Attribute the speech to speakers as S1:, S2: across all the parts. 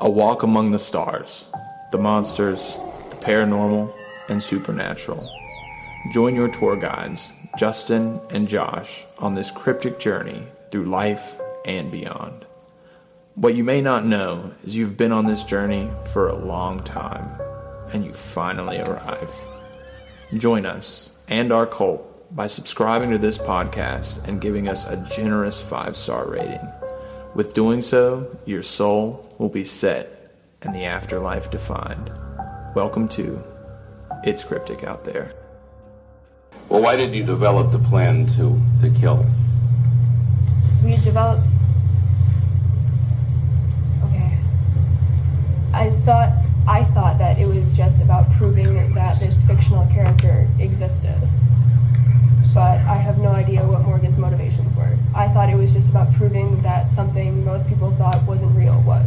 S1: A Walk Among the Stars, The Monsters, The Paranormal, and Supernatural. Join your tour guides, Justin and Josh, on this cryptic journey through life and beyond. What you may not know is you've been on this journey for a long time, and you finally arrived. Join us and our cult by subscribing to this podcast and giving us a generous five star rating. With doing so, your soul will be set and the afterlife defined. Welcome to It's Cryptic Out There.
S2: Well, why did you develop the plan to, to kill?
S3: we had developed. Okay. I thought I thought that it was just about proving that this fictional character existed, but I have no idea what Morgan's motivations were. I thought it was just about proving that something most people thought wasn't real was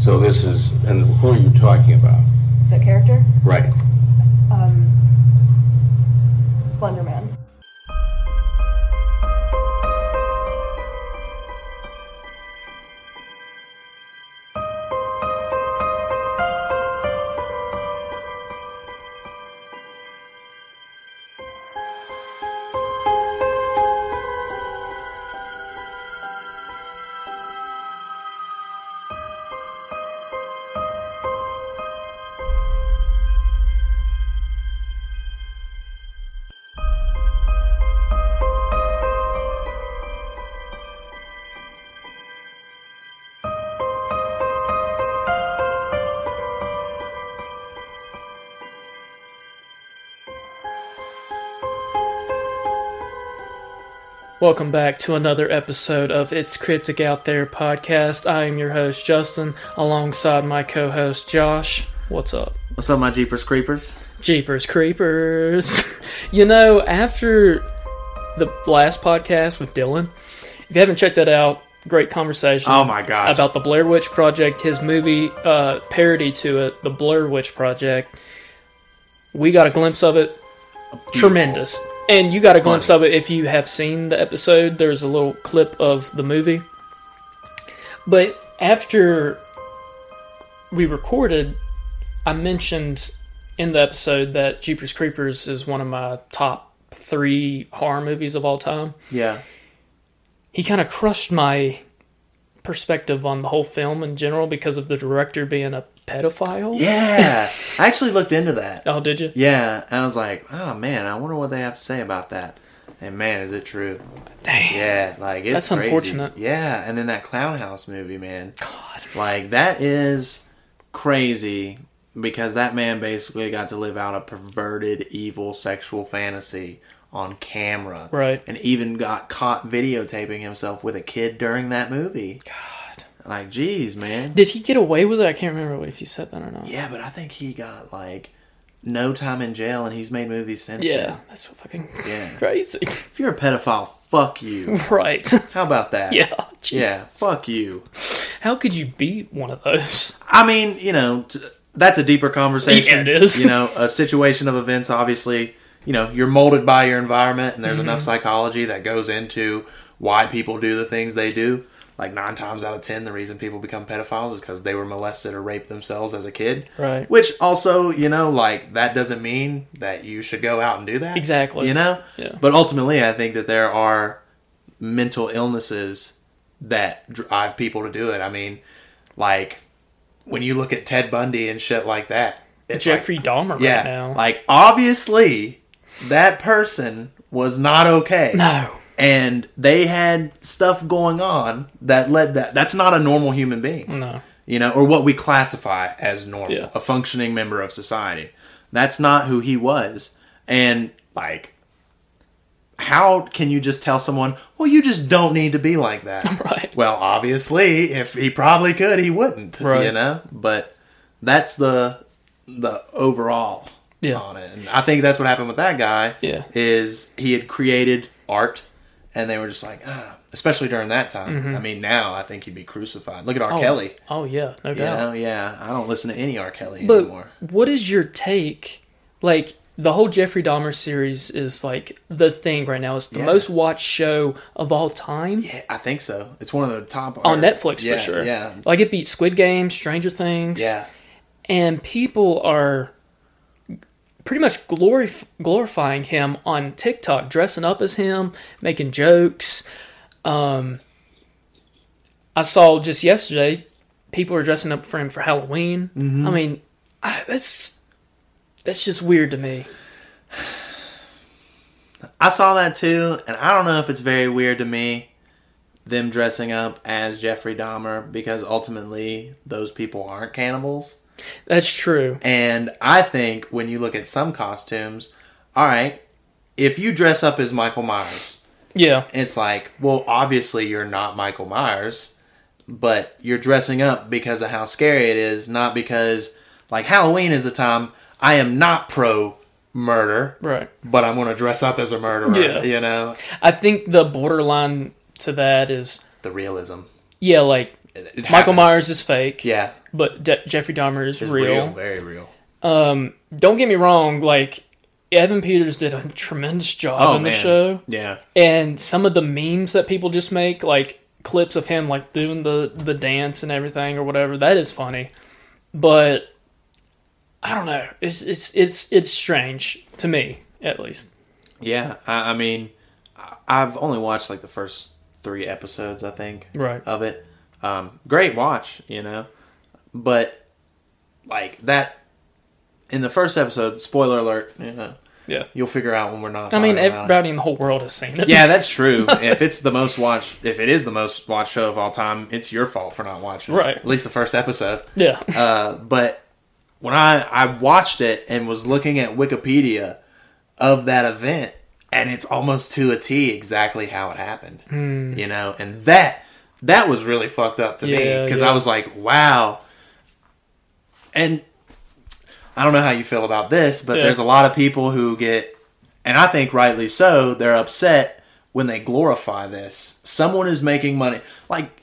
S2: So this is, and who are you talking about?
S3: the character,
S2: Right.
S3: um, Slender Man.
S4: Welcome back to another episode of It's Cryptic Out There podcast. I am your host, Justin, alongside my co host, Josh. What's up?
S5: What's up, my Jeepers Creepers?
S4: Jeepers Creepers. you know, after the last podcast with Dylan, if you haven't checked that out, great conversation.
S5: Oh my gosh.
S4: About the Blair Witch Project, his movie uh, parody to it, The Blair Witch Project. We got a glimpse of it. Tremendous. And you got a glimpse of it if you have seen the episode. There's a little clip of the movie. But after we recorded, I mentioned in the episode that Jeepers Creepers is one of my top three horror movies of all time
S5: Yeah.
S4: he kind of crushed my perspective on the whole film in general because of the director being a pedophile.
S5: Yeah. I actually looked into that.
S4: Oh, did you?
S5: Yeah. I was like, oh man, I wonder what they have to say about that. And man, is it true?
S4: Dang.
S5: Yeah, like it's
S4: That's
S5: crazy.
S4: unfortunate.
S5: Yeah, and then that Clown House movie, man.
S4: God.
S5: Like that is crazy because that man basically got to live out a perverted, evil sexual fantasy on camera.
S4: Right.
S5: And even got caught videotaping himself with a kid during that movie. God. Like, geez, man.
S4: Did he get away with it? I can't remember if you said that or not.
S5: Yeah, but I think he got like no time in jail, and he's made movies since.
S4: Yeah, that's fucking
S5: Yeah.
S4: crazy.
S5: then. If you're a pedophile, fuck you.
S4: right.
S5: How about that?
S4: yeah. Gee.
S5: Yeah. Fuck you.
S4: How could you be one of those?
S5: I mean, you know, t- that's a deeper conversation.
S4: Yeah, it is.
S5: You know, a situation of events. Obviously, you know, you're molded by your environment, and there's
S4: Mm-hmm.
S5: enough psychology that goes into why people do the things they do. Like nine times out of ten, the reason people become pedophiles is because they were molested or raped themselves as a kid.
S4: Right.
S5: Which also, you know, like that doesn't mean that you should go out and do that.
S4: Exactly.
S5: You know.
S4: Yeah.
S5: But ultimately, I think that there are mental illnesses that drive people to do it. I mean, like when you look at Ted Bundy and shit like that, it's like-
S4: Jeffrey Dahmer
S5: yeah,
S4: right now.
S5: like obviously that person was not okay.
S4: no.
S5: and they had stuff going on that led that. That's not a normal human being,
S4: No.
S5: you know, or what we classify as normal,
S4: Yeah.
S5: a functioning member of society. That's not who he was, and like. How can you just tell someone, well, you just don't need to be like that?
S4: Right.
S5: Well, obviously, if he probably could, he wouldn't. You
S4: Right.
S5: know, but that's the the overall
S4: Yeah.
S5: on it, and I think that's what happened with that guy.
S4: Yeah.
S5: is he had created art, and they were just like, ah, especially during that time. I mean, now I think he'd be crucified. Look at R.
S4: Mm-hmm. Oh,
S5: Kelly.
S4: Oh, yeah. No doubt.
S5: You know, yeah, I don't listen to any R. Kelly
S4: But
S5: anymore.
S4: what is your take? Like, the whole Jeffrey Dahmer series is like the thing right now. It's the
S5: Yeah.
S4: most watched show of all time
S5: Yeah, I think so. It's one of the top
S4: on
S5: or-
S4: Netflix
S5: yeah,
S4: for sure.
S5: Yeah,
S4: Like it beat Squid Game, Stranger Things.
S5: yeah.
S4: and people are pretty much glorif- glorifying him on TikTok, dressing up as him, making jokes. Um, I saw just yesterday people are dressing up for him for Halloween.
S5: Mm-hmm.
S4: I mean, I, that's that's just weird to me.
S5: I saw that too, and I don't know if it's very weird to me them dressing up as Jeffrey Dahmer because ultimately those people aren't cannibals.
S4: That's true.
S5: And I think when you look at some costumes, all right, if you dress up as Michael Myers,
S4: Yeah,
S5: it's like, well, obviously you're not Michael Myers, but you're dressing up because of how scary it is, not because like Halloween is the time I am not pro murder,
S4: right.
S5: but I'm going to dress up as a murderer,
S4: Yeah.
S5: you know,
S4: I think the borderline to that is
S5: the realism.
S4: yeah, like
S5: It- it
S4: Michael
S5: happened.
S4: Myers is fake.
S5: Yeah.
S4: But De- Jeffrey Dahmer is
S5: It's
S4: real.
S5: very real.
S4: don't get me wrong, like Evan Peters did a tremendous job on the show,
S5: Oh, Yeah.
S4: and some of the memes that people just make, like clips of him like doing the the dance and everything or whatever, that is funny. But I don't know, it's it's it's it's strange to me at least.
S5: Yeah. I, I mean, I- I've only watched like the first three episodes, I think,
S4: Right.
S5: of it. Um, great watch, you know, but like that in the first episode. Spoiler alert. You know,
S4: Yeah,
S5: you'll figure out when we're not.
S4: I mean
S5: talking about it.
S4: everybody in the whole world has seen it.
S5: Yeah, that's true. if it's the most watched, if it is the most watched show of all time, it's your fault for not watching. it.
S4: Right.
S5: At least the first episode.
S4: yeah,
S5: Uh, but when I, I watched it and was looking at Wikipedia of that event, and it's almost to a T exactly how it happened.
S4: Hmm.
S5: You know, and that that was really fucked up to me
S4: Yeah,
S5: because
S4: yeah.
S5: I was like, wow. And I don't know how you feel about this, but
S4: Yeah.
S5: there's a lot of people who get, and I think rightly so, they're upset when they glorify this. Someone is making money. Like,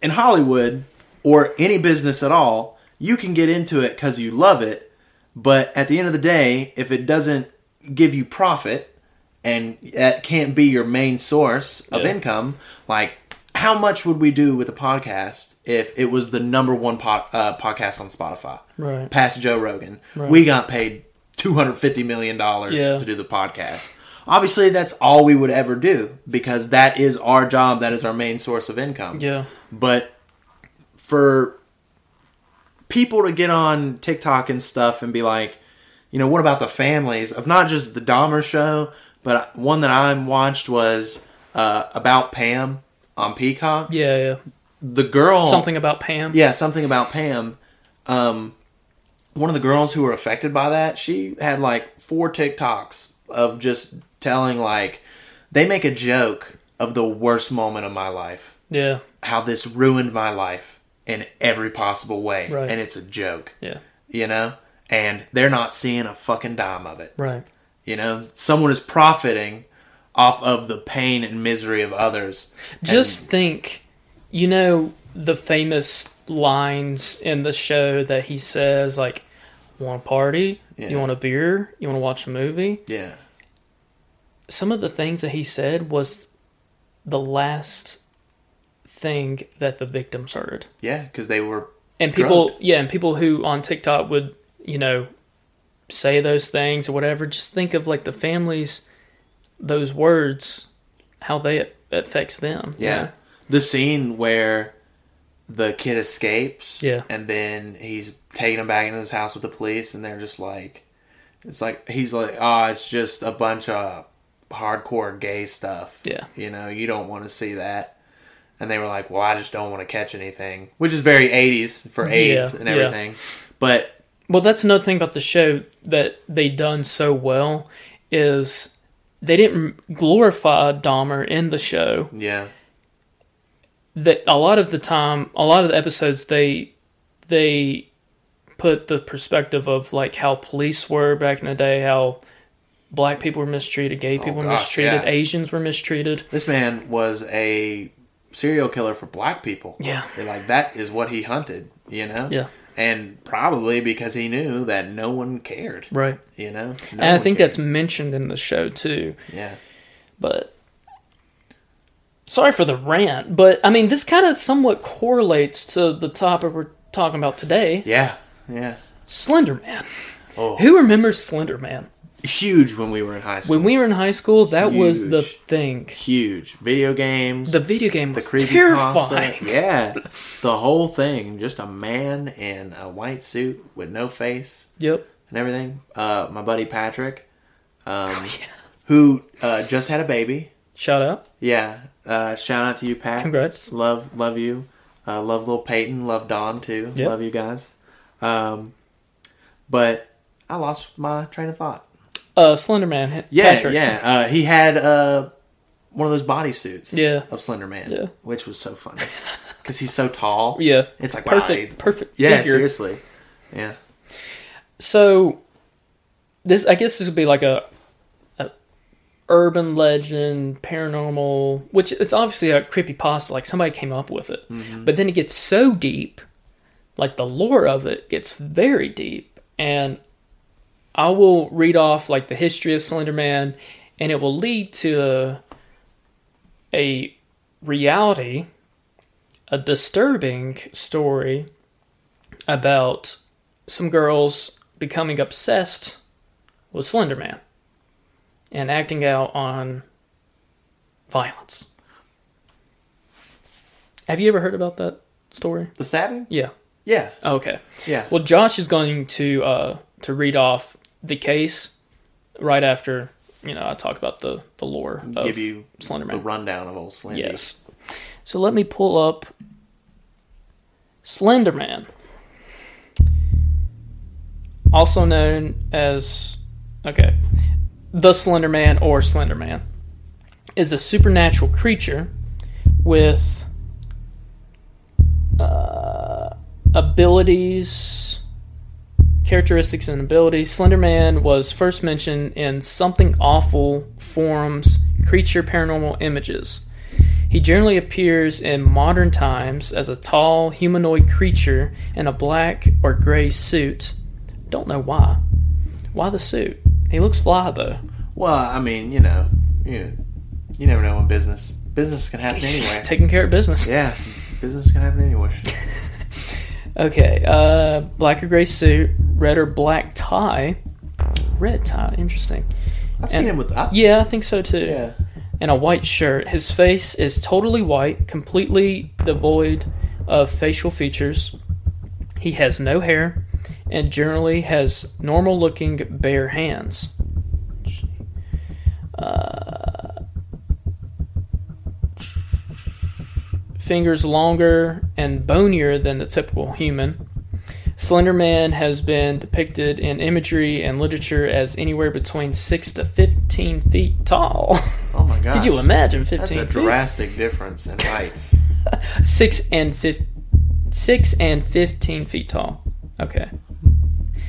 S5: in Hollywood or any business at all, you can get into it because you love it. But at the end of the day, if it doesn't give you profit and that can't be your main source of
S4: Yeah.
S5: income, like how much would we do with a podcast if it was the number one pod, uh, podcast on Spotify?
S4: Right.
S5: Past Joe Rogan. We got paid $250 million
S4: Yeah.
S5: to do the podcast. Obviously, that's all we would ever do because that is our job. That is our main source of income
S4: yeah,
S5: but for people to get on TikTok and stuff and be like, you know, what about the families of not just the Dahmer show, but one that I watched was uh, about Pam on Peacock.
S4: yeah, yeah.
S5: The girl,
S4: Something about Pam.
S5: Oh. yeah, something about Pam. Um, one of the girls who were affected by that, she had like four TikToks of just telling like they make a joke of the worst moment of my life
S4: yeah,
S5: how this ruined my life in every possible way
S4: Right.
S5: and it's a joke
S4: yeah.
S5: you know and they're not seeing a fucking dime of it
S4: Right.
S5: you know someone is profiting off of the pain and misery of others
S4: Just think, you know, the famous lines in the show that he says, like, want a party?
S5: Yeah.
S4: You want a beer? You want to watch a movie?
S5: And- yeah
S4: Some of the things that he said was the last thing that the victims heard.
S5: yeah because they were
S4: And people,
S5: Drugged.
S4: yeah, and people who on TikTok would, you know, say those things or whatever, just think of like the families, those words, how they it affects them. you
S5: yeah
S4: know?
S5: the scene where the kid escapes
S4: Yeah.
S5: and then he's taking him back into his house with the police and they're just like it's like he's like ah it's just a bunch of hardcore gay stuff
S4: Yeah.
S5: you know you don't want to see that and they were like well i just don't want to catch anything which is very 80s for aids
S4: Yeah,
S5: and
S4: yeah.
S5: everything but
S4: Well, that's another thing about the show that they done so well is they didn't glorify Dahmer in the show.
S5: yeah
S4: That a lot of the time, a lot of the episodes they they put the perspective of like how police were back in the day, how black people were mistreated, gay people were
S5: Oh, gosh,
S4: mistreated,
S5: yeah.
S4: Asians were mistreated.
S5: this man was a serial killer for black people
S4: Yeah.
S5: They're like that is what he hunted you know?
S4: Yeah.
S5: And probably because he knew that no one cared,
S4: Right.
S5: you know? No
S4: and I
S5: one
S4: think
S5: cared.
S4: that's mentioned in the show too.
S5: Yeah.
S4: But sorry for the rant, but I mean this kind of somewhat correlates to the topic we're talking about today,
S5: Yeah. Yeah.
S4: Slender Man.
S5: Oh.
S4: Who remembers Slender Man?
S5: Huge when we were in high school.
S4: When we were in high school, that was the
S5: Huge.
S4: thing.
S5: Huge. Video games.
S4: The video game
S5: the
S4: was
S5: creepy
S4: terrifying.
S5: Yeah, the whole thing. Just a man in a white suit with no face
S4: Yep.
S5: and everything. Uh, my buddy Patrick, um,
S4: Oh,
S5: who uh, just had a baby.
S4: Shout out.
S5: Yeah. Uh, shout out to you, Pat.
S4: Congrats.
S5: Love, love you. Uh, love little Peyton. Love Don too.
S4: Yep.
S5: Love you guys. Um, but I lost my train of thought.
S4: Uh, Slender Man.
S5: Yeah,
S4: Patrick.
S5: yeah. Uh, he had uh, one of those bodysuits.
S4: Yeah.
S5: Of Slender Man.
S4: Yeah.
S5: Which was so funny. Because he's so tall.
S4: Yeah.
S5: It's like,
S4: perfect.
S5: wow. he-
S4: Perfect.
S5: Yeah,
S4: figure.
S5: seriously. Yeah.
S4: So this, I guess, this would be like a, a urban legend, paranormal, which it's obviously a creepy pasta. Like somebody came up with it, but then it gets so deep, like the lore of it gets very deep, and I will read off like the history of Slender Man, and it will lead to a, a reality, a disturbing story about some girls becoming obsessed with Slender Man and acting out on violence. Have you ever heard about that story?
S5: The stabbing?
S4: Yeah.
S5: Yeah.
S4: Okay.
S5: Yeah.
S4: Well, Josh is going to uh, to read off the case right after you know I talk about the the lore of
S5: Give you
S4: Slender
S5: the
S4: Man.
S5: rundown of old Slendy.
S4: Yes. So let me pull up Slender Man, also known as okay, the Slender Man or Slender Man, is a supernatural creature with uh, abilities. Characteristics and abilities. Slender Man was first mentioned in Something Awful forums, creature paranormal images. He generally appears in modern times as a tall humanoid creature in a black or gray suit. Don't know why. Why the suit? He looks fly though.
S5: Well, I mean, you know, you, you never know in business. Business can happen anywhere.
S4: Taking care of business.
S5: yeah. Business can happen anywhere.
S4: Okay, uh, black or gray suit, red or black tie. Red tie, interesting.
S5: I've seen
S4: And-
S5: him with. I,
S4: Yeah, I think so too.
S5: Yeah.
S4: and a white shirt. His face is totally white, completely devoid of facial features. He has no hair and generally has normal looking bare hands. Uh, fingers longer and bonier than the typical human. Slender Man has been depicted in imagery and literature as anywhere between 6 to 15 feet tall.
S5: Oh my gosh.
S4: Could you imagine 15
S5: That's a
S4: feet?
S5: drastic difference in height.
S4: Six and fif- six and 15 feet tall. Okay.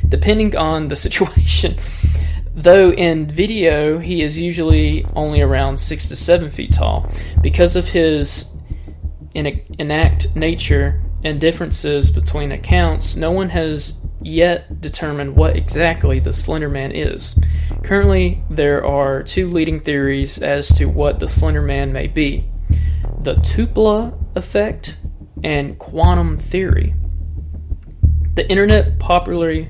S4: Depending on the situation. Though in video, he is usually only around six to seven feet tall. Because of his in- inact nature and differences between accounts, no one has yet determined what exactly the Slender Man is. Currently, there are two leading theories as to what the Slender Man may be the Tupla effect and quantum theory. The internet popularly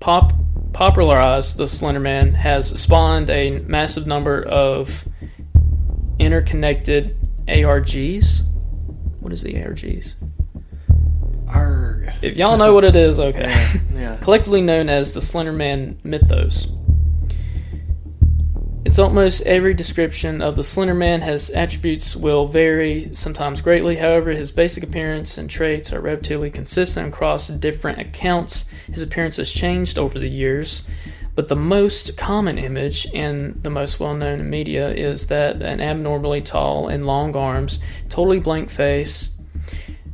S4: pop popularized the Slender Man has spawned a massive number of interconnected ARGs. What is the ARGs?
S5: Arg.
S4: If y'all know what it is, okay.
S5: Yeah.
S4: collectively known as the Slender Man mythos. It's almost every description of the Slender Man has attributes will vary, sometimes greatly. However, his basic appearance and traits are relatively consistent across different accounts. His appearance has changed over the years, but the most common image and the most well known in media is that an abnormally tall and long arms, totally blank face.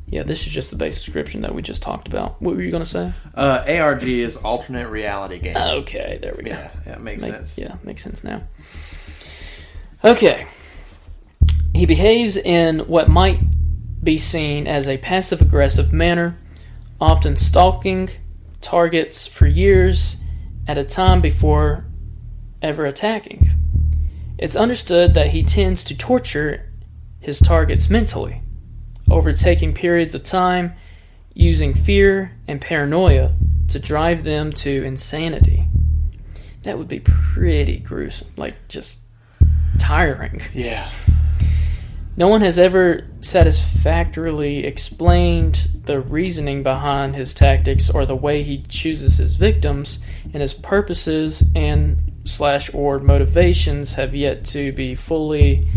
S4: Yeah, this is just the base description that we just talked about. What were you going to say?
S5: Uh, ARG is alternate reality game.
S4: Okay, there we go.
S5: yeah, that makes
S4: Make-
S5: sense.
S4: Yeah, makes sense now. Okay. He behaves in what might be seen as a passive aggressive manner, often stalking targets for years at a time before ever attacking. It's understood that he tends to torture his targets mentally, overtaking periods of time, using fear and paranoia to drive them to insanity. That would be pretty gruesome, like just tiring.
S5: Yeah.
S4: No one has ever satisfactorily explained the reasoning behind his tactics or the way he chooses his victims, and his purposes and slash or motivations have yet to be fully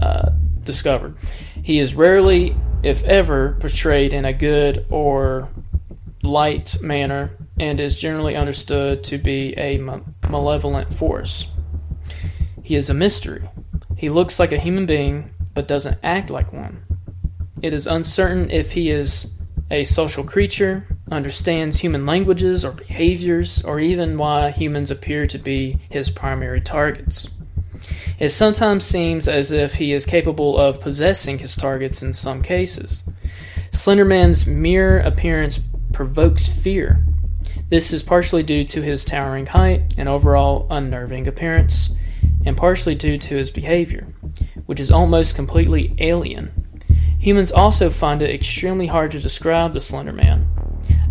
S4: uh, discovered. He is rarely, if ever, portrayed in a good or light manner, and is generally understood to be a ma- malevolent force. He is a mystery. He looks like a human being, but doesn't act like one. It is uncertain if he is a social creature, understands human languages or behaviors, or even why humans appear to be his primary targets. It sometimes seems as if he is capable of possessing his targets in some cases. Slenderman's mere appearance provokes fear. This is partially due to his towering height and overall unnerving appearance and partially due to his behavior, which is almost completely alien. Humans also find it extremely hard to describe the Slender Man.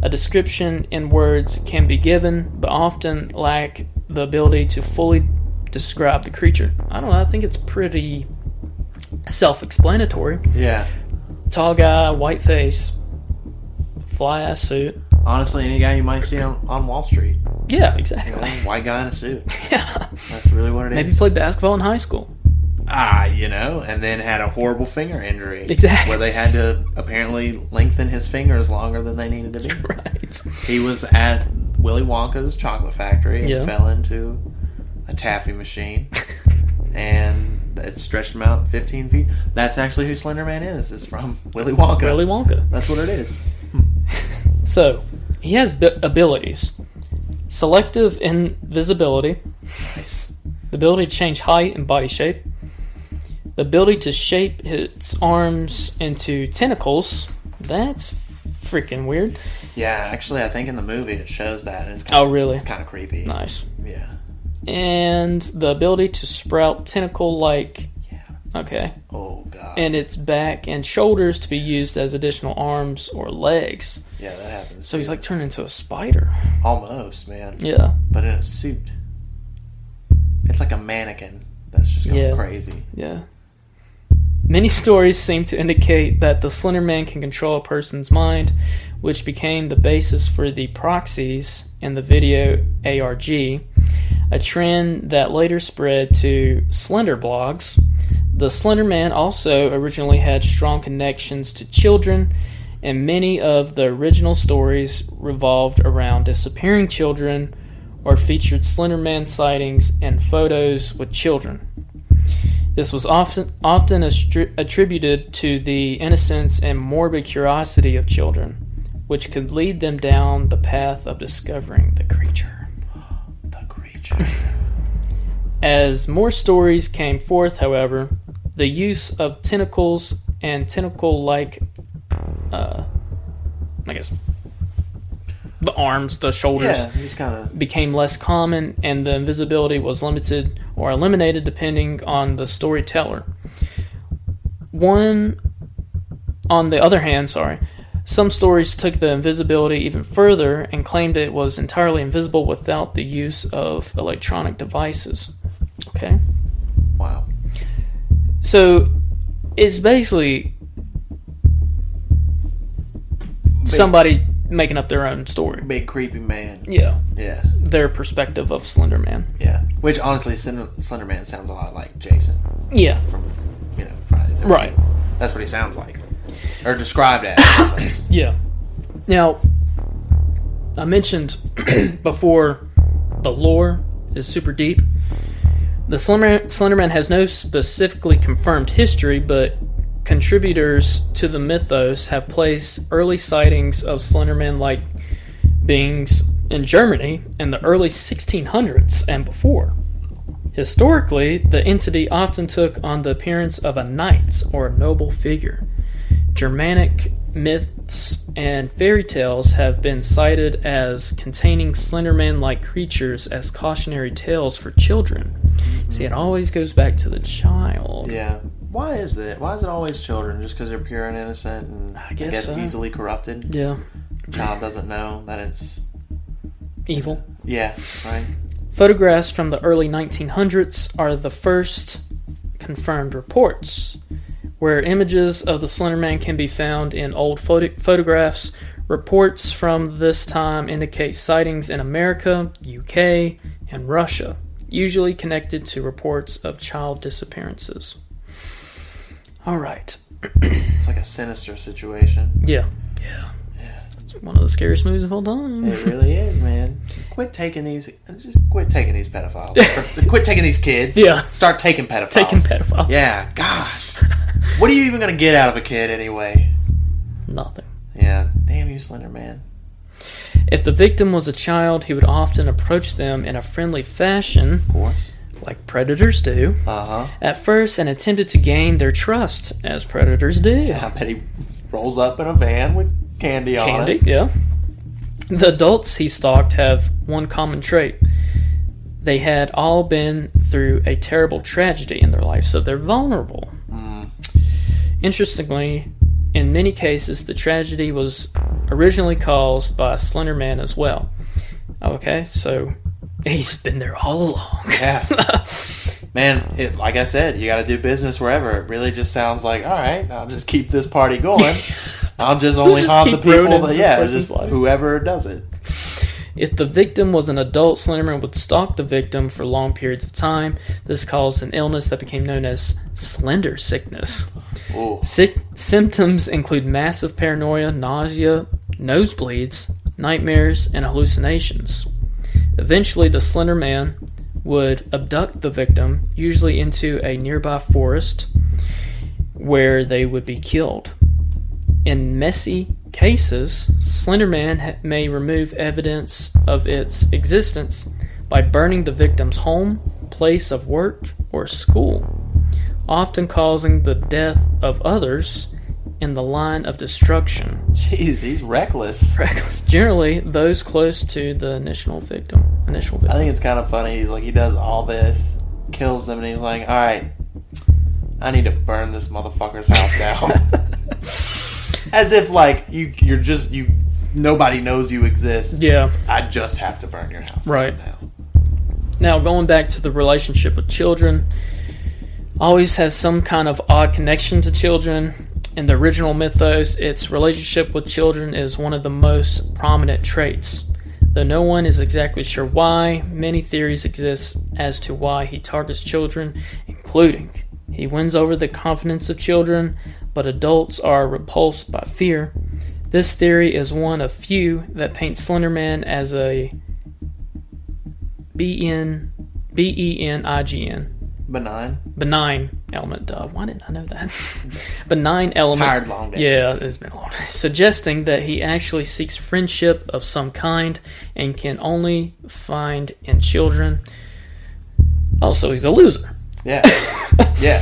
S4: A description in words can be given, but often lack the ability to fully describe the creature. I don't know, I think it's pretty self explanatory.
S5: Yeah.
S4: Tall guy, white face, fly ass suit.
S5: Honestly, any guy you might see on, on Wall Street,
S4: Yeah,
S5: you know,
S4: exactly.
S5: white guy in a suit.
S4: Yeah.
S5: That's really what it is.
S4: Maybe played basketball in high school.
S5: ah, you know, and then had a horrible finger injury.
S4: Exactly.
S5: Where they had to apparently lengthen his fingers longer than they needed to be.
S4: Right.
S5: He was at Willy Wonka's chocolate factory and
S4: Yeah.
S5: fell into a taffy machine, and it stretched him out 15 feet. That's actually who Slender Man is. It's from Willy Wonka.
S4: Willy Wonka.
S5: That's what it is.
S4: So, he has bi- abilities selective invisibility,
S5: Nice.
S4: the ability to change height and body shape, the ability to shape his arms into tentacles. That's freaking weird.
S5: Yeah, actually, I think in the movie it shows that. And it's kind
S4: Oh,
S5: of,
S4: really?
S5: It's kind of creepy.
S4: Nice.
S5: Yeah.
S4: And the ability to sprout tentacle like.
S5: Yeah.
S4: Okay.
S5: Oh god.
S4: And its back and shoulders to be used as additional arms or legs.
S5: yeah, that happens.
S4: So he's
S5: too.
S4: like turned into a spider.
S5: almost man,
S4: Yeah.
S5: but in a suit. It's like a mannequin that's just going
S4: Yeah.
S5: crazy.
S4: Yeah. Many stories seem to indicate that the Slender Man can control a person's mind, which became the basis for the proxies and the video ARG, a trend that later spread to Slender blogs. The Slender Man also originally had strong connections to children, and many of the original stories revolved around disappearing children or featured Slender Man sightings and photos with children. This was often often astri- attributed to the innocence and morbid curiosity of children, which could lead them down the path of discovering the creature.
S5: The creature.
S4: As more stories came forth, however, the use of tentacles and tentacle-like, uh, I guess, the arms, the shoulders,
S5: yeah, he's kind of
S4: became less common and the invisibility was limited or eliminated depending on the storyteller. One, on the other hand, sorry, some stories took the invisibility even further and claimed it was entirely invisible without the use of electronic devices. Okay?
S5: wow.
S4: So it's basically somebody making up their own story.
S5: Big creepy man.
S4: Yeah,
S5: Yeah,
S4: their perspective of Slender Man.
S5: yeah. Which honestly, Slender, Slender Man sounds a lot like Jason
S4: Yeah,
S5: from you know Friday. the 13th.
S4: Right.
S5: That's what he sounds like, or described as.
S4: Yeah. Now, I mentioned before the lore is super deep. The Slender Slenderman has no specifically confirmed history, but contributors to the mythos have placed early sightings of Slenderman like beings in Germany in the early 1600s and before. Historically, the entity often took on the appearance of a knight's or noble figure. Germanic myths and fairy tales have been cited as containing Slenderman like creatures as cautionary tales for children. See, it always goes back to the child.
S5: Yeah. Why is that? Why is it always children? Just because they're pure and innocent and I guess,
S4: guess so.
S5: easily corrupted?
S4: Yeah.
S5: Child doesn't know that it's.
S4: Evil.
S5: Yeah, right?
S4: Photographs from the early 1900s are the first confirmed reports, where images of the Slender Man can be found in old photo- photographs. Reports from this time indicate sightings in America, UK, and Russia, usually connected to reports of child disappearances. All right.
S5: It's like a sinister situation.
S4: Yeah. Yeah. It's one of the scariest movies of all time.
S5: It really is, man. Quit taking these. Just quit taking these pedophiles. Or quit taking these kids.
S4: Yeah.
S5: Start taking pedophiles.
S4: Taking pedophiles.
S5: Yeah. Gosh. What are you even gonna get out of a kid anyway?
S4: Nothing.
S5: Yeah. Damn you, Slender Man.
S4: If the victim was a child, he would often approach them in a friendly fashion,
S5: Of course.
S4: like predators do,
S5: Uh huh.
S4: at first and attempted to gain their trust, as predators do.
S5: I bet he rolls up in a van with candy, on
S4: Candy,
S5: it.
S4: yeah. The adults he stalked have one common trait. They had all been through a terrible tragedy in their life, so they're vulnerable. Interestingly, in many cases, the tragedy was originally caused by Slender Man as well. Okay, so he's been there all along.
S5: Yeah. Man, it, like I said, you got to do business wherever. It really just sounds like, all right, I'll just keep this party going. I'll just only
S4: just
S5: harm the
S4: keep
S5: people
S4: ruining
S5: that,
S4: this
S5: yeah,
S4: person's
S5: just
S4: life.
S5: whoever does it.
S4: If the victim was an adult, Slenderman would stalk the victim for long periods of time. This caused an illness that became known as Slender Sickness.
S5: Ooh,
S4: Sy- symptoms include massive paranoia, nausea, nosebleeds, nightmares, and hallucinations. Eventually, the Slender Man would abduct the victim, usually into a nearby forest where they would be killed. In messy cases, Slender Man ha- may remove evidence of its existence by burning the victim's home, place of work, or school often causing the death of others in the line of destruction.
S5: jeez, he's reckless.
S4: Reckless. Generally, those close to the initial victim. Initial
S5: I
S4: victim.
S5: think it's kind of funny. He's like, he does all this, kills them, and he's like, all right, I need to burn this motherfucker's house down. As if like you, you're just you. Nobody knows you exist.
S4: Yeah.
S5: I just have to burn your house.
S4: Right.
S5: down now.
S4: Now, going back to the relationship with children, always has some kind of odd connection to children. In the original mythos, its relationship with children is one of the most prominent traits. Though no one is exactly sure why, many theories exist as to why he targets children, including he wins over the confidence of children, but adults are repulsed by fear. This theory is one of few that paints Slenderman as a B N B E N I G N
S5: Benign.
S4: benign element. Duh, why didn't I know that? benign element.
S5: Tired long day.
S4: Yeah, it's been a long day. Suggesting that he actually seeks friendship of some kind and can only find in children. Also, he's a loser
S5: Yeah. yeah.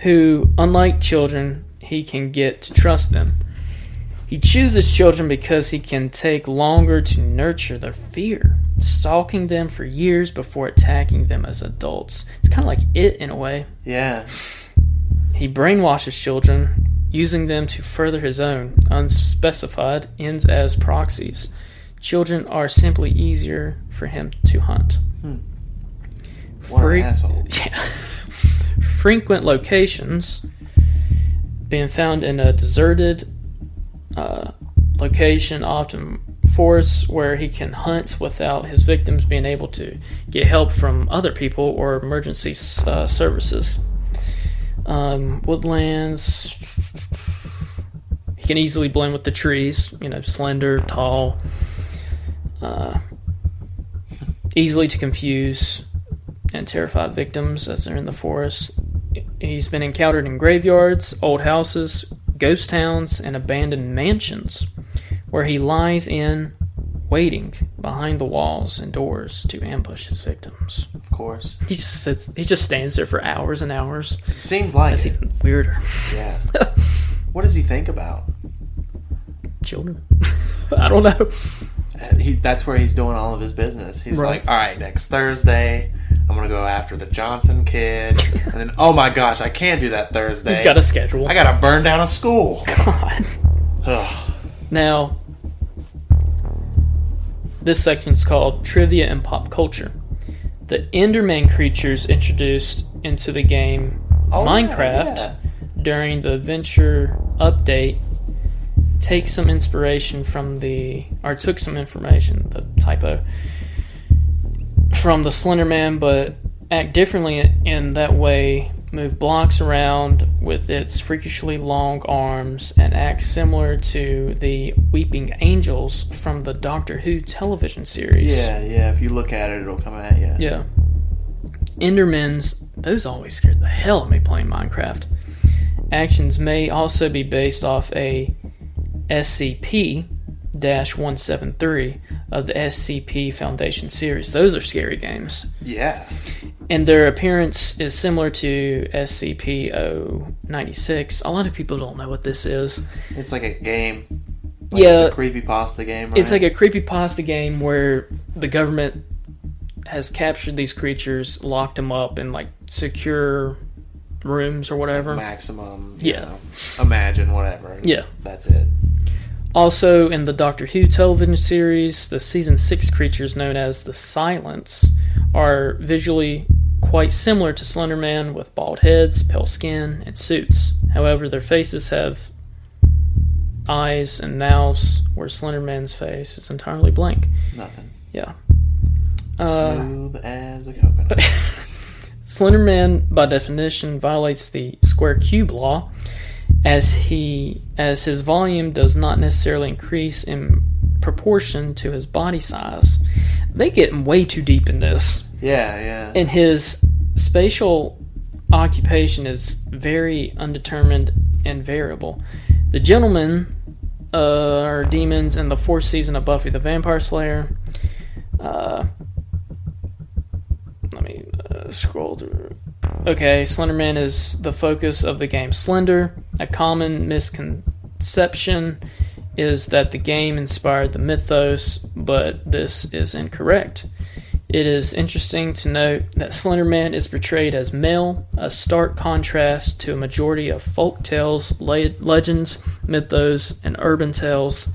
S4: who, unlike children, he can get to trust them. He chooses children because he can take longer to nurture their fear, stalking them for years before attacking them as adults. It's kind of like it in a way.
S5: Yeah.
S4: He brainwashes children, using them to further his own, unspecified, ends as proxies. Children are simply easier for him to hunt.
S5: Hmm. What
S4: Freak.
S5: an asshole.
S4: Frequent locations, being found in a deserted uh, location, often forests where he can hunt without his victims being able to get help from other people or emergency uh, services. Um, woodlands. He can easily blend with the trees, you know, slender, tall, uh, easily to confuse and terrify victims as they're in the forest. He's been encountered in graveyards, old houses, ghost towns, and abandoned mansions, where he lies in waiting behind the walls and doors to ambush his victims.
S5: Of course.
S4: He just sits. He just stands there for hours and hours.
S5: It seems like
S4: That's
S5: it.
S4: even weirder.
S5: Yeah. what does he think about?
S4: Children. I don't know.
S5: And he, that's where he's doing all of his business. He's
S4: Right.
S5: like, all right, next Thursday, I'm going to go after the Johnson kid. and then, oh my gosh, I can't do that Thursday.
S4: He's got a schedule.
S5: I got to burn down a school.
S4: God.
S5: Ugh.
S4: Now, this section's called Trivia and Pop Culture. The Enderman creatures introduced into the game
S5: Oh, yeah,
S4: Minecraft
S5: yeah.
S4: during the Venture update take some inspiration from the or took some information, the typo from the Slender Man, but act differently in that way. Move blocks around with its freakishly long arms and act similar to the Weeping Angels from the Doctor Who television series.
S5: Yeah, yeah. If you look at it, it'll come at you.
S4: Yeah. Endermans, those always scared the hell out of me playing Minecraft. Actions may also be based off a SCP 173 of the SCP Foundation series. Those are scary games.
S5: Yeah.
S4: And their appearance is similar to SCP 096. A lot of people don't know what this is.
S5: It's like a game. Like
S4: yeah,
S5: It's a creepypasta game. Right?
S4: it's like a creepypasta game where the government has captured these creatures, locked them up in like secure rooms or whatever.
S5: maximum. you
S4: Yeah.
S5: know, imagine whatever.
S4: Yeah.
S5: That's it.
S4: Also, in the Doctor Who television series, the season 6 creatures known as the Silence are visually quite similar to Slender Man with bald heads, pale skin, and suits. However, their faces have eyes and mouths, where Slender Man's face is entirely blank.
S5: Nothing.
S4: Yeah. Uh,
S5: Smooth as a coconut.
S4: Slenderman, by definition, violates the square cube law, as he as his volume does not necessarily increase in proportion to his body size. They get way too deep in this,
S5: yeah, yeah.
S4: and his spatial occupation is very undetermined and variable. The gentlemen uh, are demons in the fourth season of Buffy the Vampire Slayer. Uh, let me uh, scroll through. Okay, Slenderman is the focus of the game Slender. A common misconception is that the game inspired the mythos, but this is incorrect. It is interesting to note that Slenderman is portrayed as male, a stark contrast to a majority of folk tales, le- legends, mythos, and urban tales,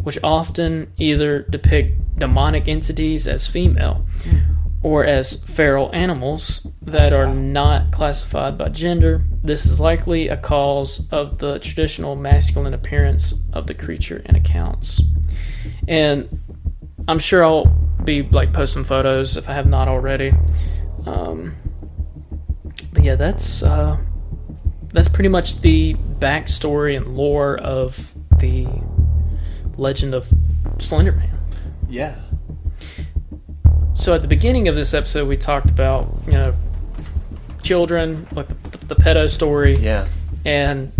S4: which often either depict demonic entities as female or as feral animals that are not classified by gender. This is likely a cause of the traditional masculine appearance of the creature in accounts. And I'm sure I'll be like posting photos if I have not already. Um, but yeah, that's uh, that's pretty much the backstory and lore of the legend of Slenderman.
S5: yeah.
S4: So at the beginning of this episode, we talked about you know children, like the, the, pedo story,
S5: Yeah.
S4: and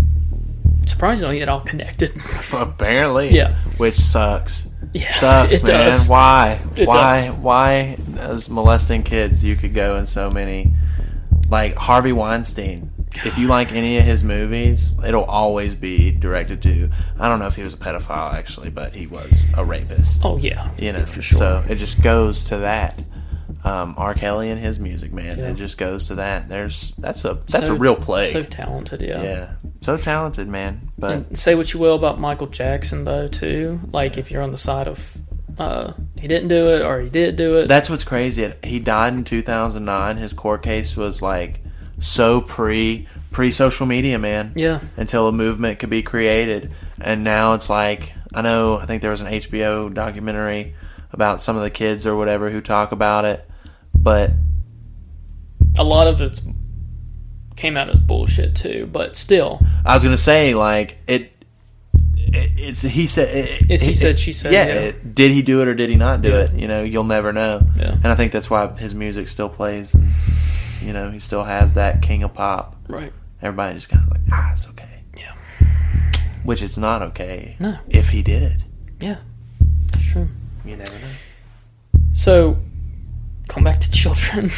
S4: surprisingly, it all connected.
S5: Apparently.
S4: Yeah.
S5: Which sucks.
S4: yeah,
S5: Sucks,
S4: it
S5: man.
S4: does.
S5: Why?
S4: It
S5: why?
S4: does.
S5: Why as molesting kids you could go in so many like Harvey Weinstein. If you like any of his movies, it'll always be directed to I don't know if he was a pedophile actually, but he was a rapist.
S4: Oh yeah,
S5: you know,
S4: for sure.
S5: so it just goes to that. Um, R. Kelly and his music, man,
S4: Yeah.
S5: it just goes to that. There's that's a that's
S4: So-
S5: a real plague.
S4: So talented, yeah.
S5: yeah, so talented, man. But
S4: And say what you will about Michael Jackson, though, too. Like if you're on the side of uh, he didn't do it or he did do it.
S5: That's what's crazy. He died in 2009. His court case was like so pre pre social media, man.
S4: yeah,
S5: Until a movement could be created, and now it's like I know. I think there was an HBO documentary about some of the kids or whatever who talk about it, but
S4: a lot of it came out as bullshit too, but still,
S5: I was gonna say like it. it- It's he said. It,
S4: It's he
S5: it-
S4: said, she said,
S5: Yeah,
S4: yeah.
S5: it- did he do it or did he not do
S4: Yeah.
S5: it? You know, you'll never know.
S4: Yeah.
S5: And I think that's why his music still plays. And, you know, he still has that king of pop.
S4: right?
S5: Everybody just kind of like, ah, it's okay.
S4: Yeah.
S5: Which it's not okay.
S4: No.
S5: If he did it,
S4: Yeah, that's true.
S5: You never know.
S4: So, come back to children.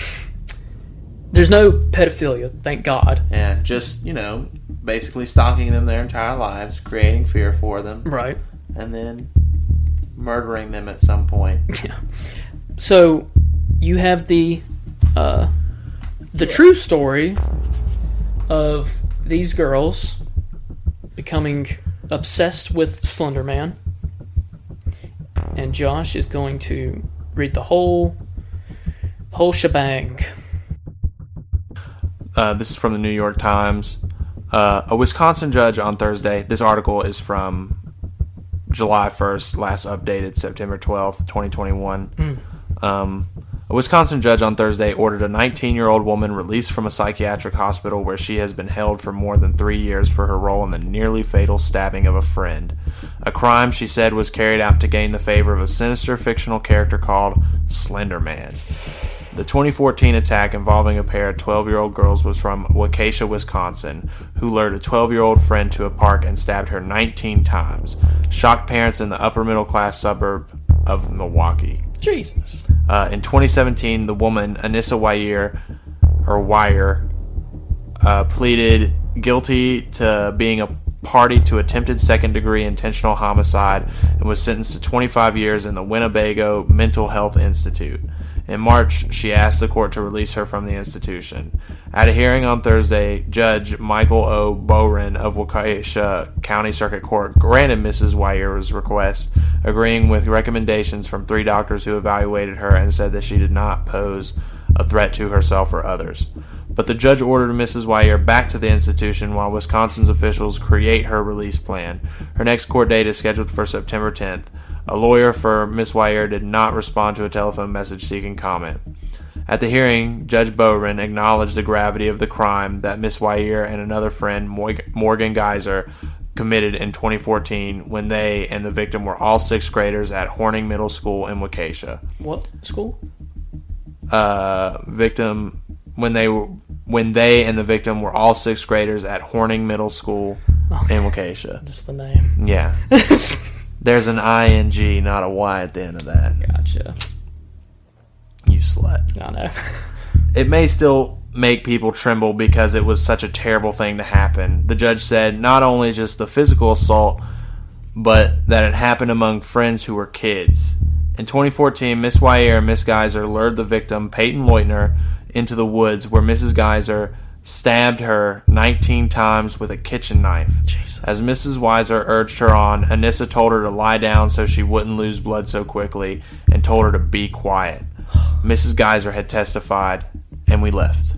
S4: There's no pedophilia, thank God.
S5: And just, you know, basically stalking them their entire lives, creating fear for them,
S4: Right.
S5: and then murdering them at some point.
S4: Yeah. So you have the uh, the true story of these girls becoming obsessed with Slender Man, and Josh is going to read the whole the whole shebang.
S5: Uh, this is from the New York Times. Uh, a Wisconsin judge on Thursday. This article is from July 1st, last updated September 12th, 2021. Um, a Wisconsin judge on Thursday ordered a 19 year old woman released from a psychiatric hospital where she has been held for more than three years for her role in the nearly fatal stabbing of a friend. A crime she said was carried out to gain the favor of a sinister fictional character called Slender Man. The 2014 attack involving a pair of 12 year old girls was from Waukesha, Wisconsin, who lured a 12 year old friend to a park and stabbed her 19 times, shocked parents in the upper middle class suburb of Milwaukee.
S4: Jesus.
S5: Uh, in 2017, the woman, Anissa Wire, or Wire, uh, pleaded guilty to being a party to attempted second degree intentional homicide and was sentenced to 25 years in the Winnebago Mental Health Institute. In March, she asked the court to release her from the institution. At a hearing on Thursday, Judge Michael O. Boren of Waukesha County Circuit Court granted Mrs. Wyer's request, agreeing with recommendations from three doctors who evaluated her and said that she did not pose a threat to herself or others. But the judge ordered Mrs. Wyer back to the institution while Wisconsin's officials create her release plan. Her next court date is scheduled for September 10th. A lawyer for Ms. Wyer did not respond to a telephone message seeking comment. At the hearing, Judge Bowren acknowledged the gravity of the crime that Ms. Wyer and another friend, Moy- Morgan Geyser, committed in 2014 when they and the victim were all sixth graders at Horning Middle School in Waukesha
S4: What school?
S5: uh, victim when they were when they and the victim were all sixth graders at Horning Middle School in Waukesha.
S4: Just the name.
S5: Yeah, there's an ing, not a y at the end of that.
S4: Gotcha.
S5: You slut.
S4: I know.
S5: It may still make people tremble because it was such a terrible thing to happen. The judge said not only just the physical assault, but that it happened among friends who were kids. In 2014, Miss Wyer and Miss Geyser lured the victim, Peyton Leutner, into the woods where Mrs. Geyser stabbed her 19 times with a kitchen knife. As Mrs. Weiser urged her on, Anissa told her to lie down so she wouldn't lose blood so quickly and told her to be quiet. Mrs. Geyser had testified, and we left.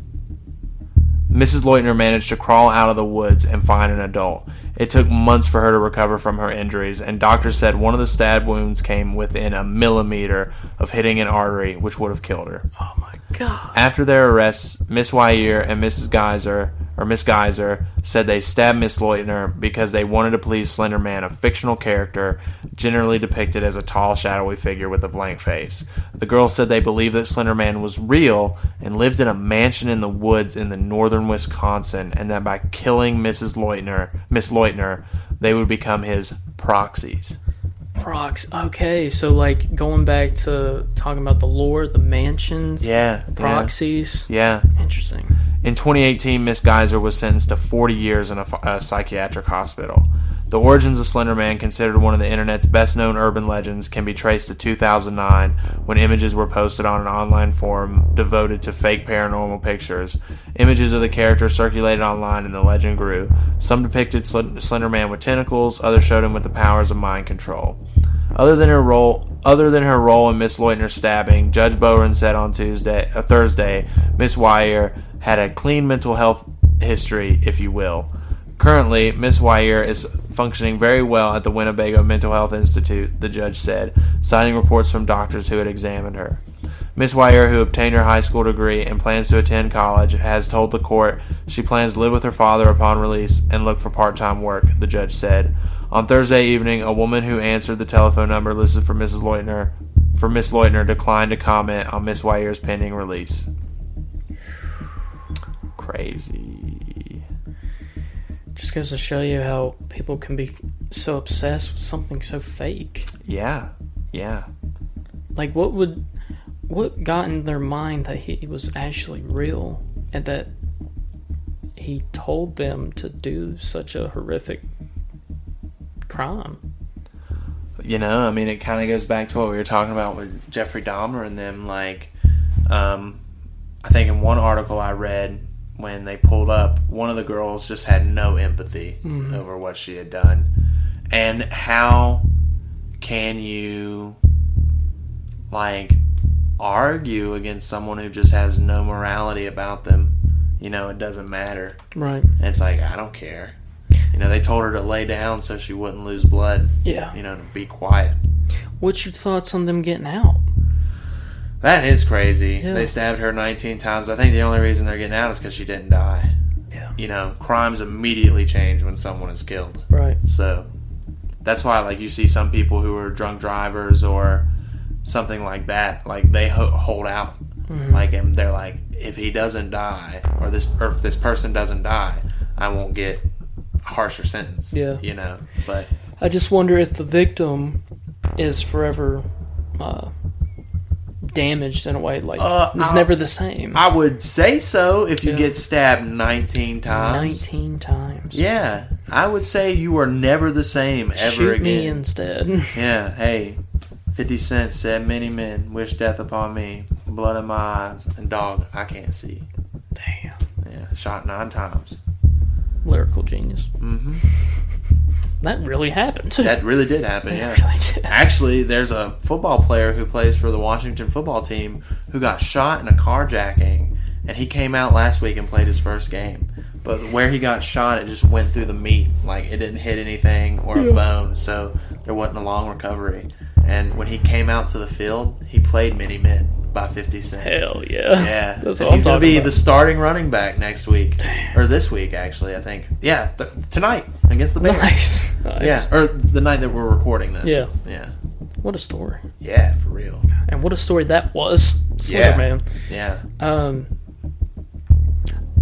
S5: Mrs. Leutner managed to crawl out of the woods and find an adult. It took months for her to recover from her injuries, and doctors said one of the stab wounds came within a millimeter of hitting an artery, which would have killed her.
S4: Oh my god.
S5: After their arrests, Miss Wyer and Mrs. Geyser or Miss Geyser said they stabbed Miss Leutner because they wanted to please Slender Man, a fictional character generally depicted as a tall, shadowy figure with a blank face. The girls said they believed that Slender Man was real and lived in a mansion in the woods in the northern Wisconsin, and that by killing Mrs. Leutner, Miss Leutner, they would become his proxies.
S4: Prox. Okay, so like going back to talking about the lore, the mansions,
S5: Yeah,
S4: proxies.
S5: Yeah.
S4: Interesting.
S5: In 2018, Miss Geyser was sentenced to 40 years in a, ph- a psychiatric hospital. The origins of Slender Man, considered one of the internet's best known urban legends, can be traced to 2009 when images were posted on an online forum devoted to fake paranormal pictures. Images of the character circulated online and the legend grew. Some depicted Sl- Slender Man with tentacles, others showed him with the powers of mind control. Other than her role, other than her role in Miss Leutner's stabbing, Judge Bowen said on Tuesday, uh, Thursday, Miss Wyer had a clean mental health history, if you will. Currently, Miss Wyer is functioning very well at the Winnebago Mental Health Institute, the judge said, citing reports from doctors who had examined her. Miss Wyer, who obtained her high school degree and plans to attend college, has told the court she plans to live with her father upon release and look for part time work, the judge said. On Thursday evening, a woman who answered the telephone number listed for Mrs. Leutner for Miss Leutner declined to comment on Miss Wyer's pending release. Crazy.
S4: Just goes to show you how people can be so obsessed with something so fake.
S5: Yeah. Yeah.
S4: Like, what would, what got in their mind that he was actually real and that he told them to do such a horrific crime?
S5: you know i mean it kind of goes back to what we were talking about with jeffrey dahmer and them like um, i think in one article i read when they pulled up one of the girls just had no empathy over what she had done and how can you like argue against someone who just has no morality about them you know it doesn't matter
S4: Right.
S5: and it's like i don't care you know they told her to lay down so she wouldn't lose blood
S4: Yeah.
S5: you know, to be quiet.
S4: What's your thoughts on them getting out?
S5: That is crazy.
S4: Yeah.
S5: They stabbed her 19 times. I think the only reason they're getting out is because she didn't die.
S4: Yeah.
S5: You know, crimes immediately change when someone is killed.
S4: Right.
S5: So that's why, like, you see some people who are drunk drivers or something like that, like, they ho- hold out.
S4: Mm-hmm.
S5: Like, and they're like, if he doesn't die, or this, or if this person doesn't die, I won't get a harsher sentence.
S4: Yeah.
S5: You know, but
S4: I just wonder if the victim is forever uh, damaged in a way like
S5: Uh,
S4: it's
S5: I-
S4: never the same.
S5: I would say so if you
S4: Yeah.
S5: get stabbed 19 times.
S4: Nineteen times.
S5: Yeah, I would say you are never the same ever
S4: Shoot
S5: again.
S4: me instead.
S5: Yeah, hey, 50 Cent said, Many men wish death upon me, blood in my eyes, and dog, I can't see.
S4: Damn.
S5: Yeah, shot nine times.
S4: Lyrical genius.
S5: hmm
S4: That really happened.
S5: That really did happen,
S4: It
S5: yeah.
S4: really did.
S5: Actually, there's a football player who plays for the Washington football team who got shot in a carjacking, and he came out last week and played his first game. But where he got shot, it just went through the meat. Like, it didn't hit anything or a bone, so there wasn't a long recovery. And when he came out to the field, he played many men by 50 Cent.
S4: Hell yeah.
S5: Yeah,
S4: That's
S5: And
S4: what I'm
S5: he's gonna
S4: talking
S5: be
S4: about.
S5: the starting running back next week, or this week actually. I think. Yeah, th- tonight against the Bears.
S4: Nice. nice.
S5: Yeah, or the night that we're recording this.
S4: Yeah.
S5: yeah,
S4: What a story.
S5: yeah, for real.
S4: And what a story that was.
S5: Yeah.
S4: Slenderman.
S5: Yeah,
S4: Um,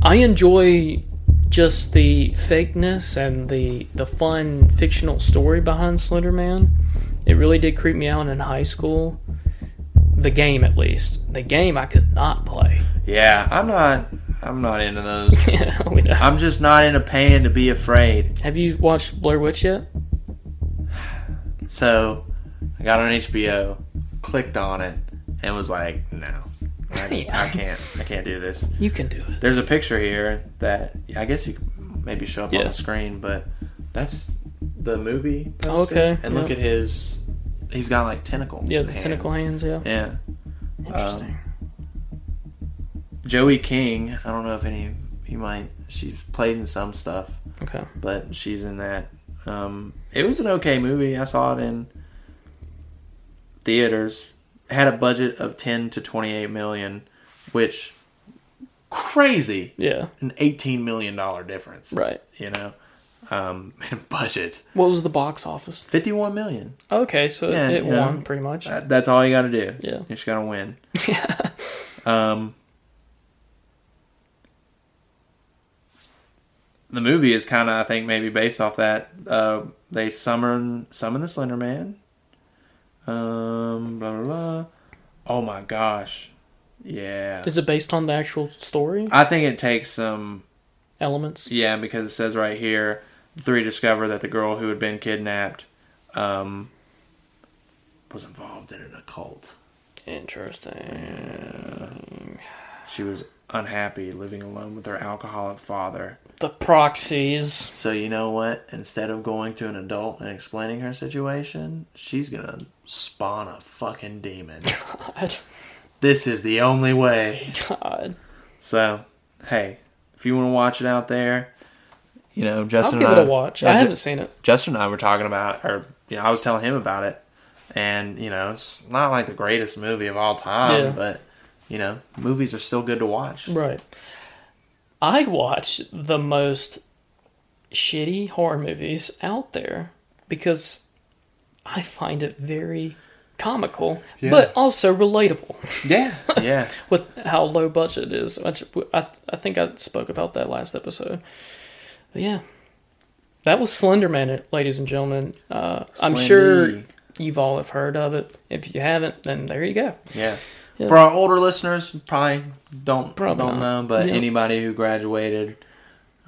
S4: I enjoy just the fakeness and the the fun fictional story behind Slender Man. It really did creep me out in high school. The game, at least, the game I could not play.
S5: yeah. I'm not. I'm not into those.
S4: Yeah, we know.
S5: I'm just not into paying to be afraid.
S4: Have you watched Blair Witch yet?
S5: So I got on HBO, clicked on it, and was like, no, I, just, I can't. I can't do this.
S4: You can do it.
S5: There's a picture here that I guess you could maybe show up on
S4: Yeah.
S5: the screen, but that's the movie. poster.
S4: Okay,
S5: And look
S4: yeah.
S5: at his. He's got like tentacle.
S4: Yeah, the
S5: hands.
S4: cynical hands. Yeah,
S5: Yeah.
S4: interesting.
S5: Joey King. I don't know if any. You might. She's played in some stuff,
S4: Um, okay,
S5: but she's in that. Um, it was an okay movie. I saw it in theaters. Had a budget of ten to twenty-eight million, which crazy.
S4: yeah,
S5: an eighteen million dollar difference.
S4: right.
S5: You know, um, and budget
S4: What was the box office?
S5: fifty one million.
S4: Okay, so
S5: Yeah, Uh,
S4: it
S5: you know,
S4: won pretty much.
S5: That- That's all you got to do.
S4: Yeah.
S5: you just got to win.
S4: yeah,
S5: Um, the movie is kind of, I think, maybe based off that. Uh, they summon summon the Slender Man. Um, blah blah blah. Oh my gosh, yeah.
S4: is it based on the actual story
S5: I think it takes some
S4: elements?
S5: Yeah, because it says right here, the three discover that the girl who had been kidnapped um, was involved in an occult.
S4: Interesting.
S5: She was unhappy living alone with her alcoholic father.
S4: The proxies.
S5: So you know what? Instead of going to an adult and explaining her situation, she's gonna spawn a fucking demon.
S4: God.
S5: this is the only way.
S4: God.
S5: So, hey, if you want to watch it out there, you know
S4: I'll
S5: Justin.
S4: give
S5: and
S4: it a
S5: I-
S4: watch.
S5: Yeah,
S4: I
S5: Ju-
S4: haven't seen it.
S5: Justin and I were talking about, or you know, I was telling him about it, and you know, it's not like the greatest movie of all time,
S4: Yeah.
S5: but you know, movies are still good to watch.
S4: Right. I watch the most shitty horror movies out there because I find it very comical, but also relatable
S5: Yeah, yeah,
S4: with how low budget it is. I, ju- I, I think I spoke about that last episode. But yeah. That was Slender Man, ladies and gentlemen. Uh, I'm sure
S5: Slendy.
S4: You've all have heard of it. If you haven't, then there you go.
S5: Yeah.
S4: Yeah.
S5: For our older listeners, probably don't
S4: Probably
S5: don't
S4: not.
S5: know, but
S4: Yeah.
S5: anybody who graduated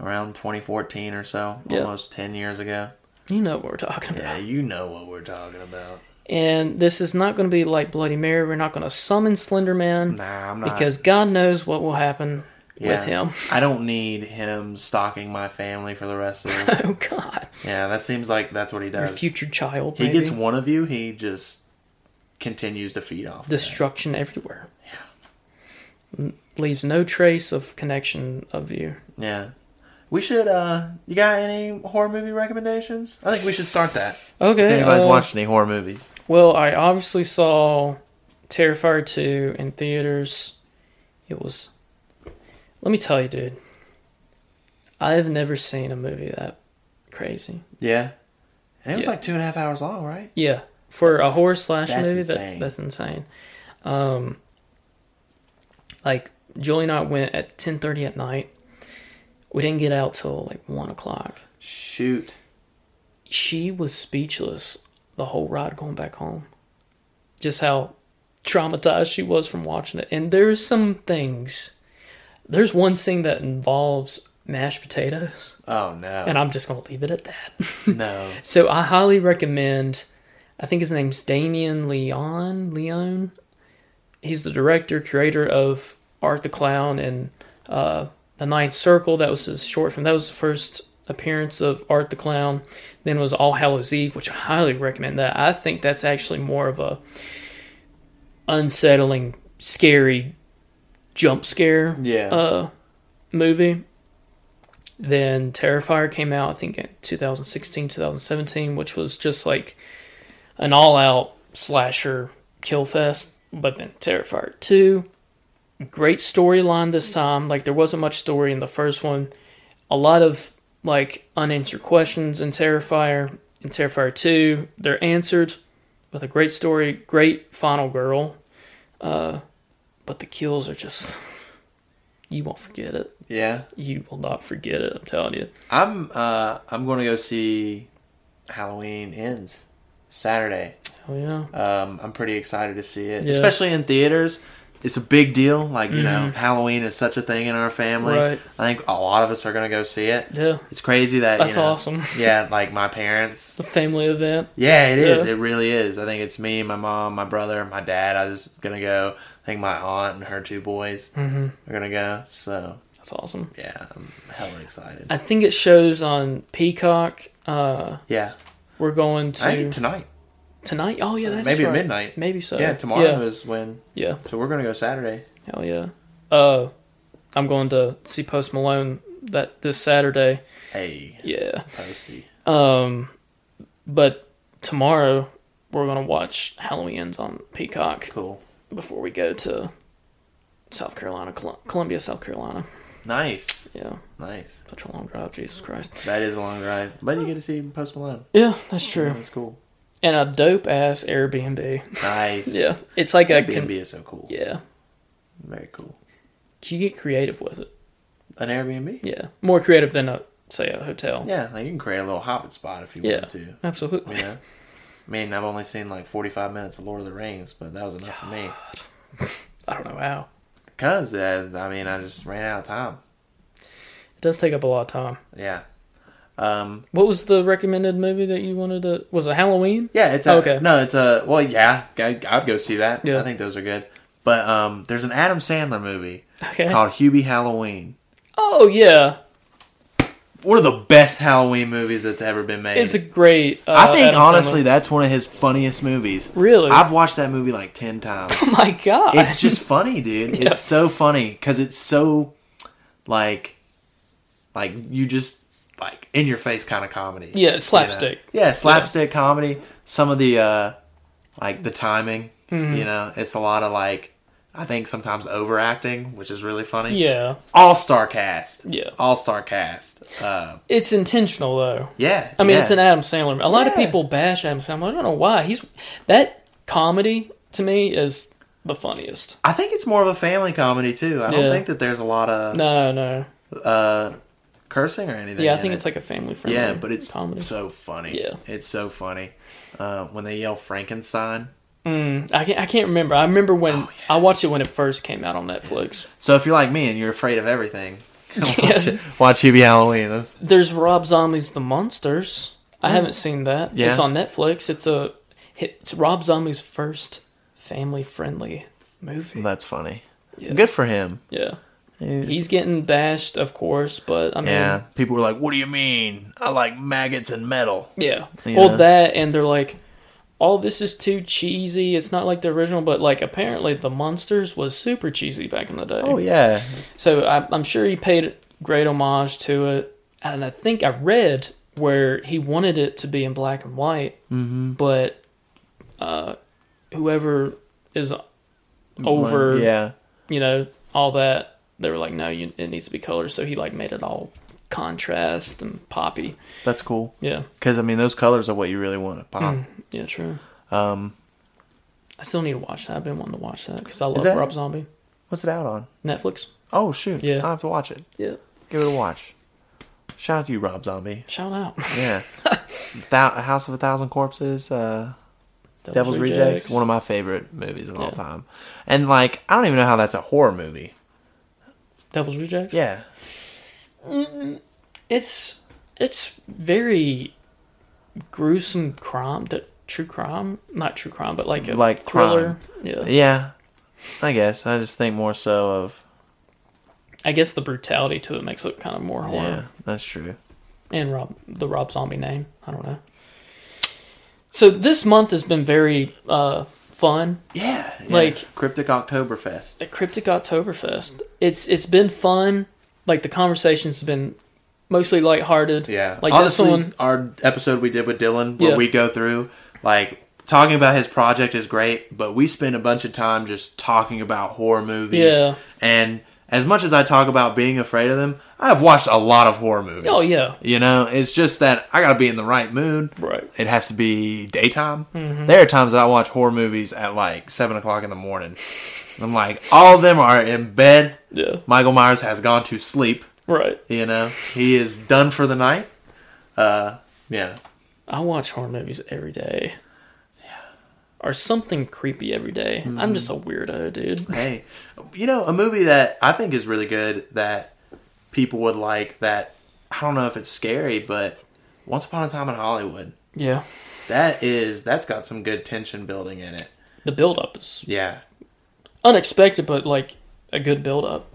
S5: around 2014 or so,
S4: Yeah.
S5: almost 10 years ago.
S4: You know what we're talking about.
S5: Yeah, you know what we're talking about.
S4: And this is not going to be like Bloody Mary. We're not going to summon Slender Man
S5: Nah, I'm not.
S4: because God knows what will happen
S5: yeah,
S4: with him.
S5: I don't need him stalking my family for the rest of the
S4: Oh God,
S5: Yeah, that seems like that's what he
S4: your
S5: does.
S4: future child.
S5: he
S4: Maybe.
S5: gets one of you, he just continues to feed off. that.
S4: destruction everywhere. Yeah. Leaves no trace of connection of you.
S5: Yeah. We should uh you got any horror movie recommendations? I think we should start that. If
S4: Okay.
S5: anybody's
S4: uh,
S5: watched any horror movies.
S4: Well, I obviously saw Terrifier 2 in theaters. It was. Let me tell you, dude. I have never seen a movie that crazy.
S5: Yeah. And it was
S4: Yeah.
S5: like two and a half hours long, right?
S4: Yeah, for a horror slash
S5: That's
S4: movie,
S5: insane.
S4: That, that's insane. Um, like Julie and I went at ten thirty at night. We didn't get out till like one o'clock.
S5: Shoot.
S4: She was speechless the whole ride going back home. Just how traumatized she was from watching it. And there's some things. There's one scene that involves mashed potatoes,
S5: Oh no.
S4: and I'm just gonna leave it at that.
S5: no.
S4: So I highly recommend. I think his name's Damien Leon. Leon. He's the director, creator of Art the Clown and uh, The Ninth Circle. That was his short film. That was the first appearance of Art the Clown. Then was All Hallows Eve, which I highly recommend that. I think that's actually more of a unsettling, scary jump scare
S5: Yeah.
S4: Uh, movie. Then Terrifier came out, I think, in 2016, 2017, which was just like an all out slasher kill fest. But then Terrifier 2, great storyline this time. Like, there wasn't much story in the first one. A lot of like unanswered questions in Terrifier. In Terrifier 2, they're answered with a great story, great final girl. Uh, but the kills are just, you won't forget it
S5: yeah.
S4: you will not forget it. I'm telling you.
S5: I'm uh I'm gonna go see Halloween ends Saturday.
S4: Oh yeah.
S5: Um, I'm pretty excited to see it,
S4: Yeah.
S5: especially in theaters. It's a big deal. Like you know, Halloween is such a thing in our family.
S4: Mm-hmm. Right.
S5: I think a lot of us are gonna go see it.
S4: Yeah.
S5: It's crazy that you
S4: That's
S5: know-
S4: awesome.
S5: Yeah, like my parents.
S4: Family event.
S5: Yeah, it is.
S4: Yeah.
S5: It really is. I think it's me, my mom, my brother, my dad. I was gonna go. I think my aunt and her two boys
S4: Mm-hmm.
S5: are gonna go. So
S4: That's awesome.
S5: yeah, I'm hella excited.
S4: I think it shows on Peacock. Uh,
S5: yeah,
S4: we're going
S5: I think
S4: to
S5: tonight.
S4: tonight. Oh yeah, that's
S5: Maybe at
S4: right.
S5: midnight.
S4: Maybe so.
S5: Yeah, tomorrow
S4: Yeah.
S5: is when.
S4: yeah.
S5: So we're gonna go Saturday.
S4: Hell yeah. Uh, I'm going to see Post Malone that this Saturday.
S5: Hey,
S4: Yeah.
S5: posty.
S4: Um, but tomorrow we're gonna watch Halloween's on Peacock
S5: Cool.
S4: before we go to South Carolina, Col- Columbia, South Carolina.
S5: Nice.
S4: Yeah.
S5: Nice.
S4: Such a long drive,
S5: Mm-hmm.
S4: Jesus Christ.
S5: That is a long drive, but you get to see Post Malone.
S4: Yeah, that's true.
S5: That's cool.
S4: And a dope ass Airbnb.
S5: Nice.
S4: Yeah, it's like a
S5: Airbnb
S4: con-
S5: is so cool.
S4: yeah.
S5: Very cool.
S4: You get creative with it.
S5: An Airbnb.
S4: Yeah, more creative than a say a hotel.
S5: Yeah, like you can create a little hobbit spot if you
S4: yeah,
S5: want to.
S4: absolutely.
S5: You know, I mean, I've only seen like forty-five minutes of Lord of the Rings, but that was enough for me.
S4: I don't know how.
S5: Cause uh, I mean, I just ran out of time.
S4: It does take up a lot of time.
S5: Yeah. Um.
S4: What was the recommended movie that you wanted to? Was it Halloween?
S5: Yeah. It's a,
S4: Oh, Okay.
S5: No, it's a. Well, yeah. I, I'd go see that.
S4: Yeah.
S5: I think those are good. But um, there's an Adam Sandler movie
S4: Okay.
S5: called Hubie Halloween.
S4: Oh yeah,
S5: One of the best Halloween movies that's ever been made.
S4: it's a great. Uh,
S5: I think
S4: Adam
S5: honestly
S4: Sandler-
S5: that's one of his funniest movies.
S4: Really?
S5: I've watched that movie like 10 times.
S4: Oh my god,
S5: it's just funny, dude. It's so funny cuz it's so like like you just like in your face kind of comedy.
S4: Yeah,
S5: you know?
S4: slapstick.
S5: Yeah, slapstick comedy. Some of the uh like the timing,
S4: Mm-hmm.
S5: you know, it's a lot of like I think sometimes overacting, which is really funny.
S4: yeah.
S5: All-star cast.
S4: Yeah.
S5: All-star cast. Uh
S4: It's intentional though.
S5: yeah.
S4: I mean,
S5: yeah.
S4: it's an Adam Sandler. movie. A lot of
S5: Yeah.
S4: people bash Adam Sandler. I don't know why. He's that comedy to me is the funniest.
S5: I think it's more of a family comedy too. I
S4: Yeah.
S5: don't think that there's a lot of
S4: No, no.
S5: uh, cursing or anything.
S4: Yeah, I
S5: in
S4: think
S5: it.
S4: it's like a family friendly.
S5: yeah, but it's
S4: comedy.
S5: so funny.
S4: Yeah.
S5: it's so funny uh, when they yell Frankenstein.
S4: I can't, I can't remember. I remember when
S5: Oh,
S4: I watched it when it first came out on Netflix.
S5: So if you're like me and you're afraid of everything, watch, it. watch Hubie Halloween. That's,
S4: There's Rob Zombie's The Monsters. I haven't seen that.
S5: Mm. Yeah.
S4: It's on Netflix. It's a it's Rob Zombie's first family friendly movie.
S5: that's funny. Good for him.
S4: yeah.
S5: He's-
S4: He's getting bashed, of course, but I mean,
S5: Yeah,
S4: yeah.
S5: people were like, "What do you mean? I like maggots and metal." Yeah.
S4: Well, that and they're like, "Oh, this is too cheesy. It's not like the original." But like, apparently, The Monsters was super cheesy back in the day.
S5: Oh yeah,
S4: So I, I'm sure he paid great homage to it, and I think I read where he wanted it to be in black and white,
S5: Mm-hmm.
S4: but uh, whoever is over,
S5: yeah.
S4: you know, all that, they were like, no, you, it needs to be color. So he like made it all contrast and poppy.
S5: That's cool.
S4: Yeah,
S5: Because I mean, those colors are what you really want to pop.
S4: yeah, true. Um, I still need to watch that. I've been wanting to watch that because I love
S5: that-
S4: Rob Zombie.
S5: What's it out on?
S4: Netflix.
S5: Oh shoot!
S4: Yeah.
S5: I have to watch it.
S4: Yeah.
S5: Give it a watch. Shout out to you, Rob Zombie.
S4: Shout out.
S5: Yeah, Thou- House of a Thousand Corpses, uh, Devil's Rejects. one of my favorite movies of all
S4: Yeah.
S5: time. And like, I don't even know how that's a horror movie.
S4: Devil's Rejects.
S5: Yeah,
S4: it's it's very gruesome crime th- true crime not true crime but like a
S5: Like
S4: thriller Yeah.
S5: yeah. I guess I just think more so of
S4: i guess the brutality to it makes it kind of more horror
S5: yeah. That's true.
S4: and rob the rob zombie name i don't know so this month has been very uh fun
S5: Yeah, yeah.
S4: Like-
S5: Cryptic Oktoberfest.
S4: the cryptic oktoberfest it's it's been fun like the conversation's been mostly lighthearted
S5: Yeah.
S4: like
S5: Honestly,
S4: this one
S5: our episode we did with Dylan where
S4: Yeah.
S5: we go through like talking about his project is great, but we spend a bunch of time just talking about horror movies.
S4: Yeah.
S5: And as much as I talk about being afraid of them, I have watched a lot of horror movies.
S4: Oh, yeah.
S5: You know, it's just that I got to be in the right mood.
S4: Right. Mm-hmm.
S5: It has to be daytime. There are times that I watch horror movies at like 7 o'clock in the morning. I'm like, all of them are in bed.
S4: yeah
S5: Michael Myers has gone to sleep.
S4: right
S5: You know, he is done for the night. Uh, yeah,
S4: I watch horror movies every day. Or something creepy every day.
S5: Mm-hmm.
S4: I'm just a weirdo, dude.
S5: hey, you know, a movie that I think is really good that people would like. That I don't know if it's scary, but Once Upon a Time in Hollywood.
S4: Yeah.
S5: That is, that's got some good tension building in it.
S4: The build up is
S5: Yeah,
S4: unexpected but like a good build up.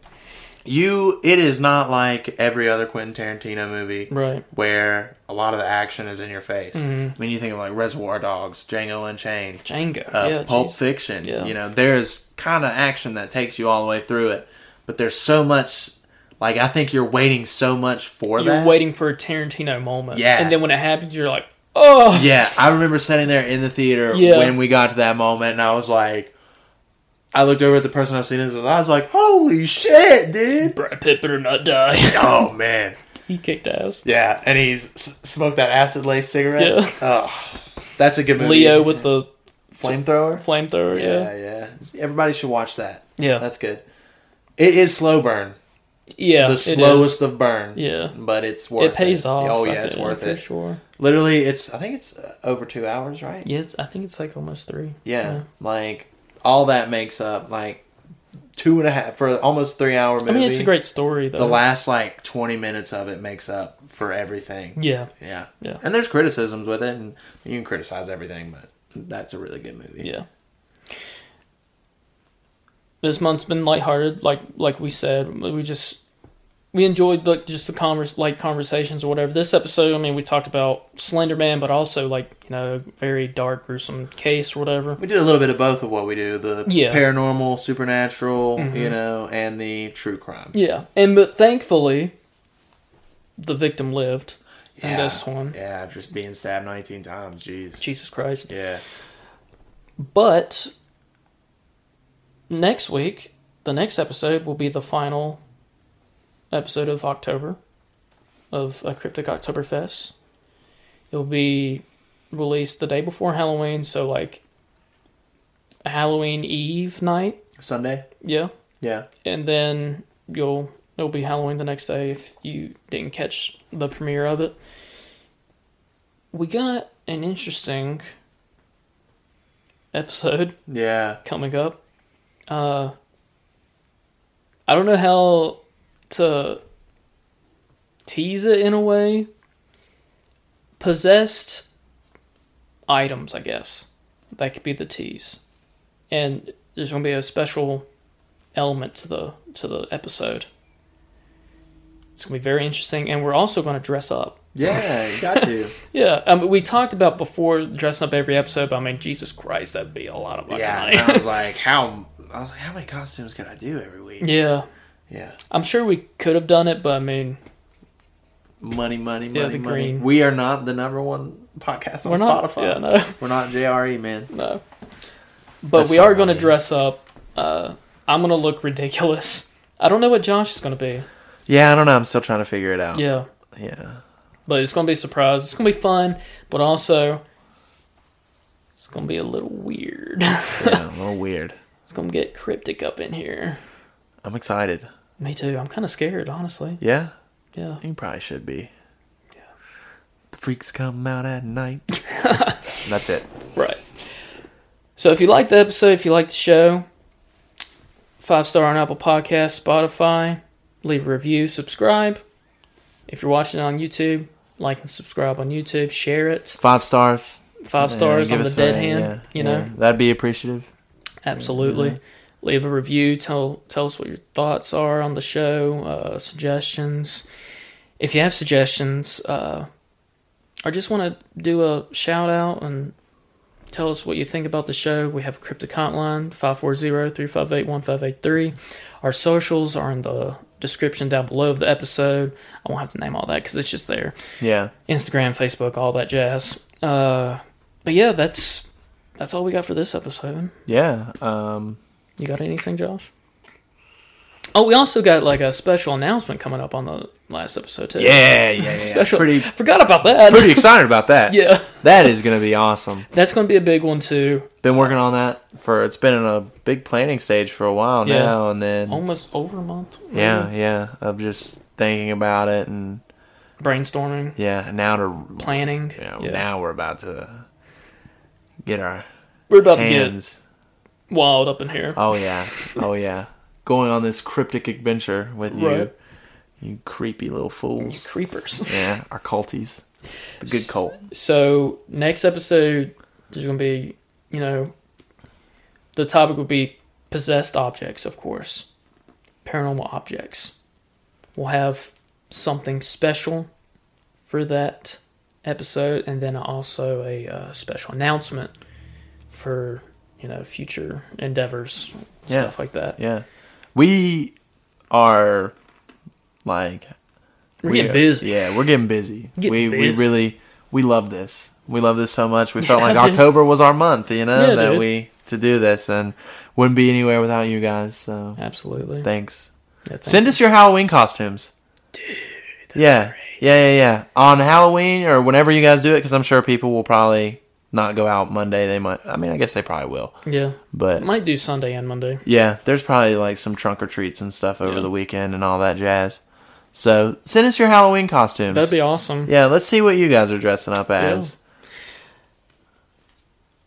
S5: you. It is not like every other Quentin Tarantino movie,
S4: Right.
S5: Where a lot of the action is in your face. When you think of like Reservoir Dogs, Django Unchained,
S4: Django.
S5: uh,
S4: yeah.
S5: Pulp
S4: jeez.
S5: Fiction.
S4: Yeah.
S5: You know, there's kind of action that takes you all the way through it, but there's so much. Like I think you're waiting so much for
S4: You're
S5: that.
S4: waiting for a Tarantino moment.
S5: Yeah.
S4: And then when it happens you're like, Oh
S5: Yeah, I remember sitting there in the theater
S4: Yeah.
S5: when we got to that moment, and I was like, I looked over at the person I've seen this with. I was like, "Holy shit, dude!"
S4: Brad Pitt better not die.
S5: Oh man,
S4: he kicked ass.
S5: yeah. And he's s- smoked that acid laced cigarette.
S4: Yeah.
S5: Oh, that's a good movie.
S4: Leo with the
S5: flamethrower.
S4: flamethrower, yeah.
S5: yeah, yeah. Everybody should watch that.
S4: Yeah.
S5: that's good. It is slow burn.
S4: Yeah.
S5: the
S4: it is.
S5: slowest of burn.
S4: Yeah.
S5: but it's worth it.
S4: It pays off.
S5: Oh
S4: I
S5: yeah, it's
S4: think,
S5: worth
S4: for
S5: it.
S4: sure.
S5: Literally, it's I think it's uh, over two hours, right?
S4: Yeah, it's, I think it's like almost three.
S5: Yeah. like all that makes up like two and a half for almost three hour movie.
S4: I mean it's a great story though.
S5: The last like twenty minutes of it makes up for everything.
S4: Yeah.
S5: yeah,
S4: Yeah.
S5: And there's criticisms with it, and you can criticize everything, but that's a really good movie.
S4: Yeah. This month's been lighthearted, like like we said. We just we enjoyed like just the converse like conversations or whatever. This episode, I mean, we talked about Slender Man, but also like, you know, very dark, gruesome case or whatever.
S5: We did a little bit of both of what we do: the
S4: Yeah. Mm-hmm.
S5: paranormal, supernatural, you know, and the true crime.
S4: Yeah. And but thankfully the victim lived in
S5: Yeah.
S4: this one.
S5: Yeah, after just being stabbed 19 times. Jeez.
S4: Jesus Christ.
S5: Yeah.
S4: But next week, the next episode will be the final episode of October of a Cryptic Oktoberfest. It'll be released the day before Halloween, so like Halloween Eve night.
S5: Sunday?
S4: Yeah.
S5: Yeah.
S4: And then you'll It'll be Halloween the next day if you didn't catch the premiere of it. We got an interesting episode
S5: Yeah.
S4: coming up. Uh, I don't know how to tease it in a way. Possessed items, I guess. That could be the tease. And there's gonna be a special element to the to the episode. It's gonna be very interesting, and we're also gonna dress up.
S5: Yeah, you got to.
S4: Yeah, I mean, we talked about before dressing up every episode, but I mean, Jesus Christ, that'd be a lot of fucking
S5: yeah.
S4: money.
S5: and I was like, how? I was like, how many costumes could I do every week?
S4: yeah,
S5: Yeah.
S4: I'm sure we could have done it, but I mean,
S5: Money, money, money,
S4: Yeah, the
S5: money.
S4: green.
S5: We are not the number one podcast on
S4: We're not.
S5: Spotify.
S4: Yeah, no.
S5: We're not JRE, man.
S4: no. But
S5: That's
S4: we are
S5: fine,
S4: going to
S5: yeah.
S4: dress up. Uh, I'm going to look ridiculous. I don't know what Josh is going to be.
S5: Yeah, I don't know. I'm still trying to figure it out.
S4: Yeah,
S5: Yeah.
S4: but it's going to be a surprise. It's going to be fun, but also it's going to be a little weird.
S5: yeah a little weird.
S4: it's going to get cryptic up in here.
S5: I'm excited.
S4: Me too. I'm kind of scared, honestly.
S5: Yeah.
S4: Yeah.
S5: You probably should be. The freaks come out at night. That's it.
S4: Right. So if you like the episode, if you like the show, five star on Apple Podcasts, Spotify, leave a review, subscribe. If you're watching it on YouTube, like and subscribe on YouTube, share it.
S5: Five stars.
S4: Five
S5: Yeah,
S4: stars
S5: give
S4: on the
S5: us a
S4: dead
S5: rating,
S4: hand,
S5: yeah,
S4: you
S5: yeah.
S4: know.
S5: That'd be appreciative.
S4: Absolutely. uh, Leave a review, tell tell us what your thoughts are on the show, uh, suggestions. If you have suggestions, uh, or just want to do a shout out and tell us what you think about the show. We have a cryptic hotline, 540-358-1583. Our socials are in the description down below of the episode. I won't have to name all that because it's just there.
S5: Yeah.
S4: Instagram, Facebook, all that jazz. Uh, but yeah, that's that's all we got for this episode.
S5: Yeah. Um,
S4: You got anything, Josh? Oh, we also got like a special announcement coming up on the last episode too.
S5: yeah, yeah, yeah.
S4: special.
S5: Pretty,
S4: forgot about that.
S5: pretty excited about that.
S4: yeah,
S5: That is going to be awesome.
S4: that's gonna be a big one too.
S5: Been working on that for, it's been in a big planning stage for a while
S4: Yeah. Oh,
S5: now. And then,
S4: Almost over a month.
S5: yeah, yeah. Of just thinking about it. And
S4: brainstorming,
S5: yeah, now to,
S4: planning.
S5: you know,
S4: Yeah.
S5: now we're about to get our
S4: We're about to
S5: hands.
S4: get wild up in here.
S5: Oh yeah, oh yeah. Going on this cryptic adventure with you,
S4: Right.
S5: you creepy little fools.
S4: Creepers.
S5: yeah, our culties, the good cult.
S4: So next episode, there's gonna be, you know, the topic will be possessed objects, of course, paranormal objects. We'll have something special for that episode, and then also a uh, special announcement for you know future endeavors,
S5: Yeah.
S4: stuff like that.
S5: Yeah, we are like
S4: We're getting busy.
S5: Yeah, we're getting busy.
S4: Getting
S5: we we
S4: busy.
S5: really we love this. We love this so much. We felt
S4: Yeah,
S5: like
S4: dude.
S5: October was our month, you know,
S4: Yeah,
S5: that
S4: dude.
S5: we to do this and wouldn't be anywhere without you guys. So
S4: Absolutely.
S5: thanks.
S4: Yeah, thank
S5: Send us your Halloween costumes. Dude. Yeah. Yeah, yeah, yeah. On Halloween or whenever you guys do it, because I'm sure people will probably not go out Monday. They might. I mean, I guess they probably will.
S4: you. Yeah.
S5: But
S4: Might do Sunday and Monday.
S5: yeah, there's probably like some trunk or treats and stuff over
S4: Yeah.
S5: the weekend and all that jazz. So send us your Halloween costumes.
S4: That'd be awesome.
S5: yeah, let's see what you guys are dressing up as.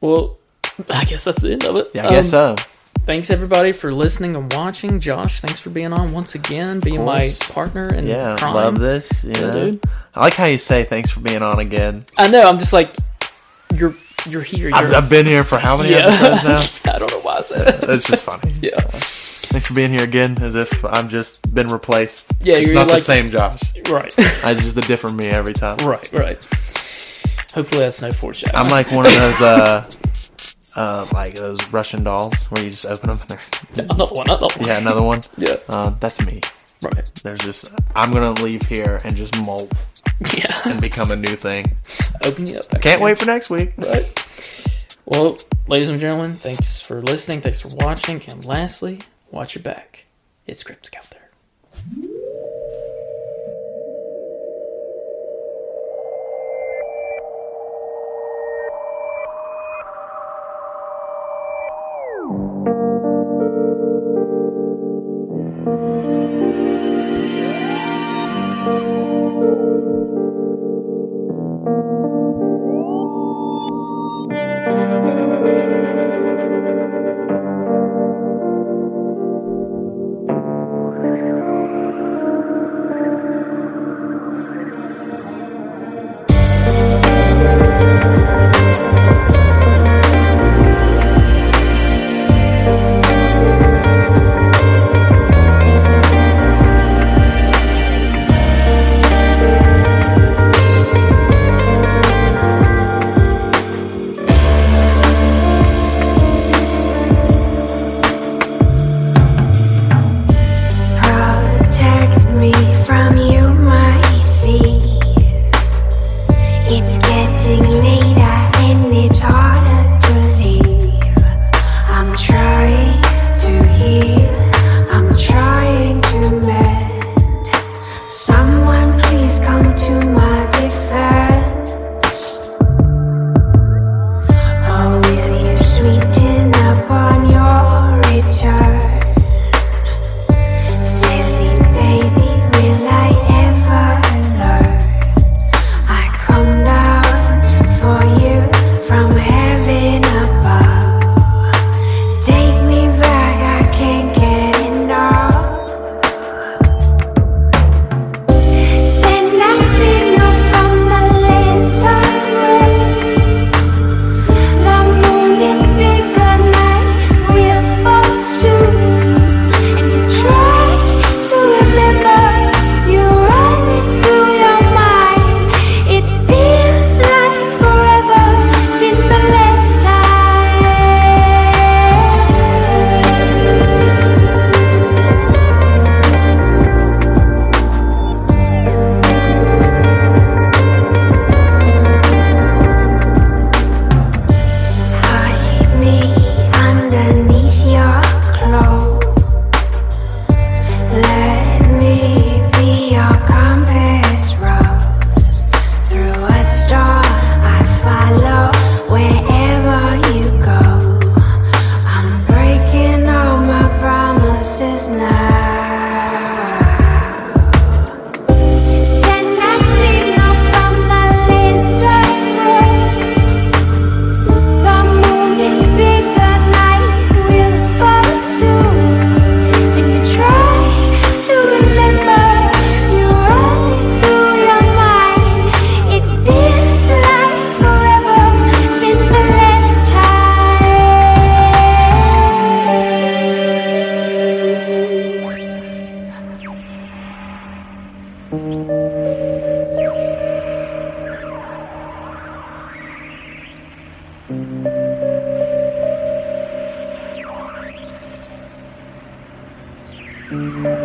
S4: Well, I guess that's the end of it.
S5: Yeah, I guess
S4: Um,
S5: so.
S4: Thanks everybody for listening and watching. Josh, thanks for being on once again, being my
S5: course.
S4: partner and
S5: Yeah,
S4: crime.
S5: love this. You know?
S4: dude.
S5: I like how you say thanks for being on again.
S4: I know. I'm just like, you're you're here. You're,
S5: I've, I've been here for how many
S4: Yeah.
S5: episodes now?
S4: I don't know why I said that.
S5: That's just funny.
S4: Yeah.
S5: Thanks for being here again, as if I'm just been replaced.
S4: Yeah,
S5: it's
S4: you're
S5: not the
S4: like-
S5: same Josh.
S4: Right.
S5: It's just a different me every time.
S4: right. Right. Hopefully that's no foreshadowing.
S5: I'm like one of those, uh, uh, like those Russian dolls where you just open them and there's
S4: another one. Another one.
S5: yeah another one.
S4: Yeah.
S5: Uh, that's me.
S4: Right.
S5: There's just I'm gonna leave here and just molt
S4: Yeah.
S5: and become a new thing.
S4: Open me up.
S5: Can't wait for next week.
S4: Right. Well, ladies and gentlemen, thanks for listening. Thanks for watching. And lastly, watch your back. It's cryptic out there.
S6: Protect me from you, my thief. It's getting later and it's harder to leave. I'm trying to heal, I'm trying to mend. Someone please come to my defense. Oh, will you sweeten upon your return? Silly baby, will I ever learn? I come down for you from heaven above. Take me back, I can't get enough. Send a signal from the lands The moon is big, the night will fall soon. And you try to remember, you run it through your mind. It feels like forever since the last time. Hide me underneath your cloak. Let me be your compass rose. Through a storm, I follow wherever you go. I'm breaking all my promises now. Send a signal from the lintel the moon is big, the night will fall soon. And you try to remember, you run it through your mind. It feels like forever since the last time.
S5: Thank you.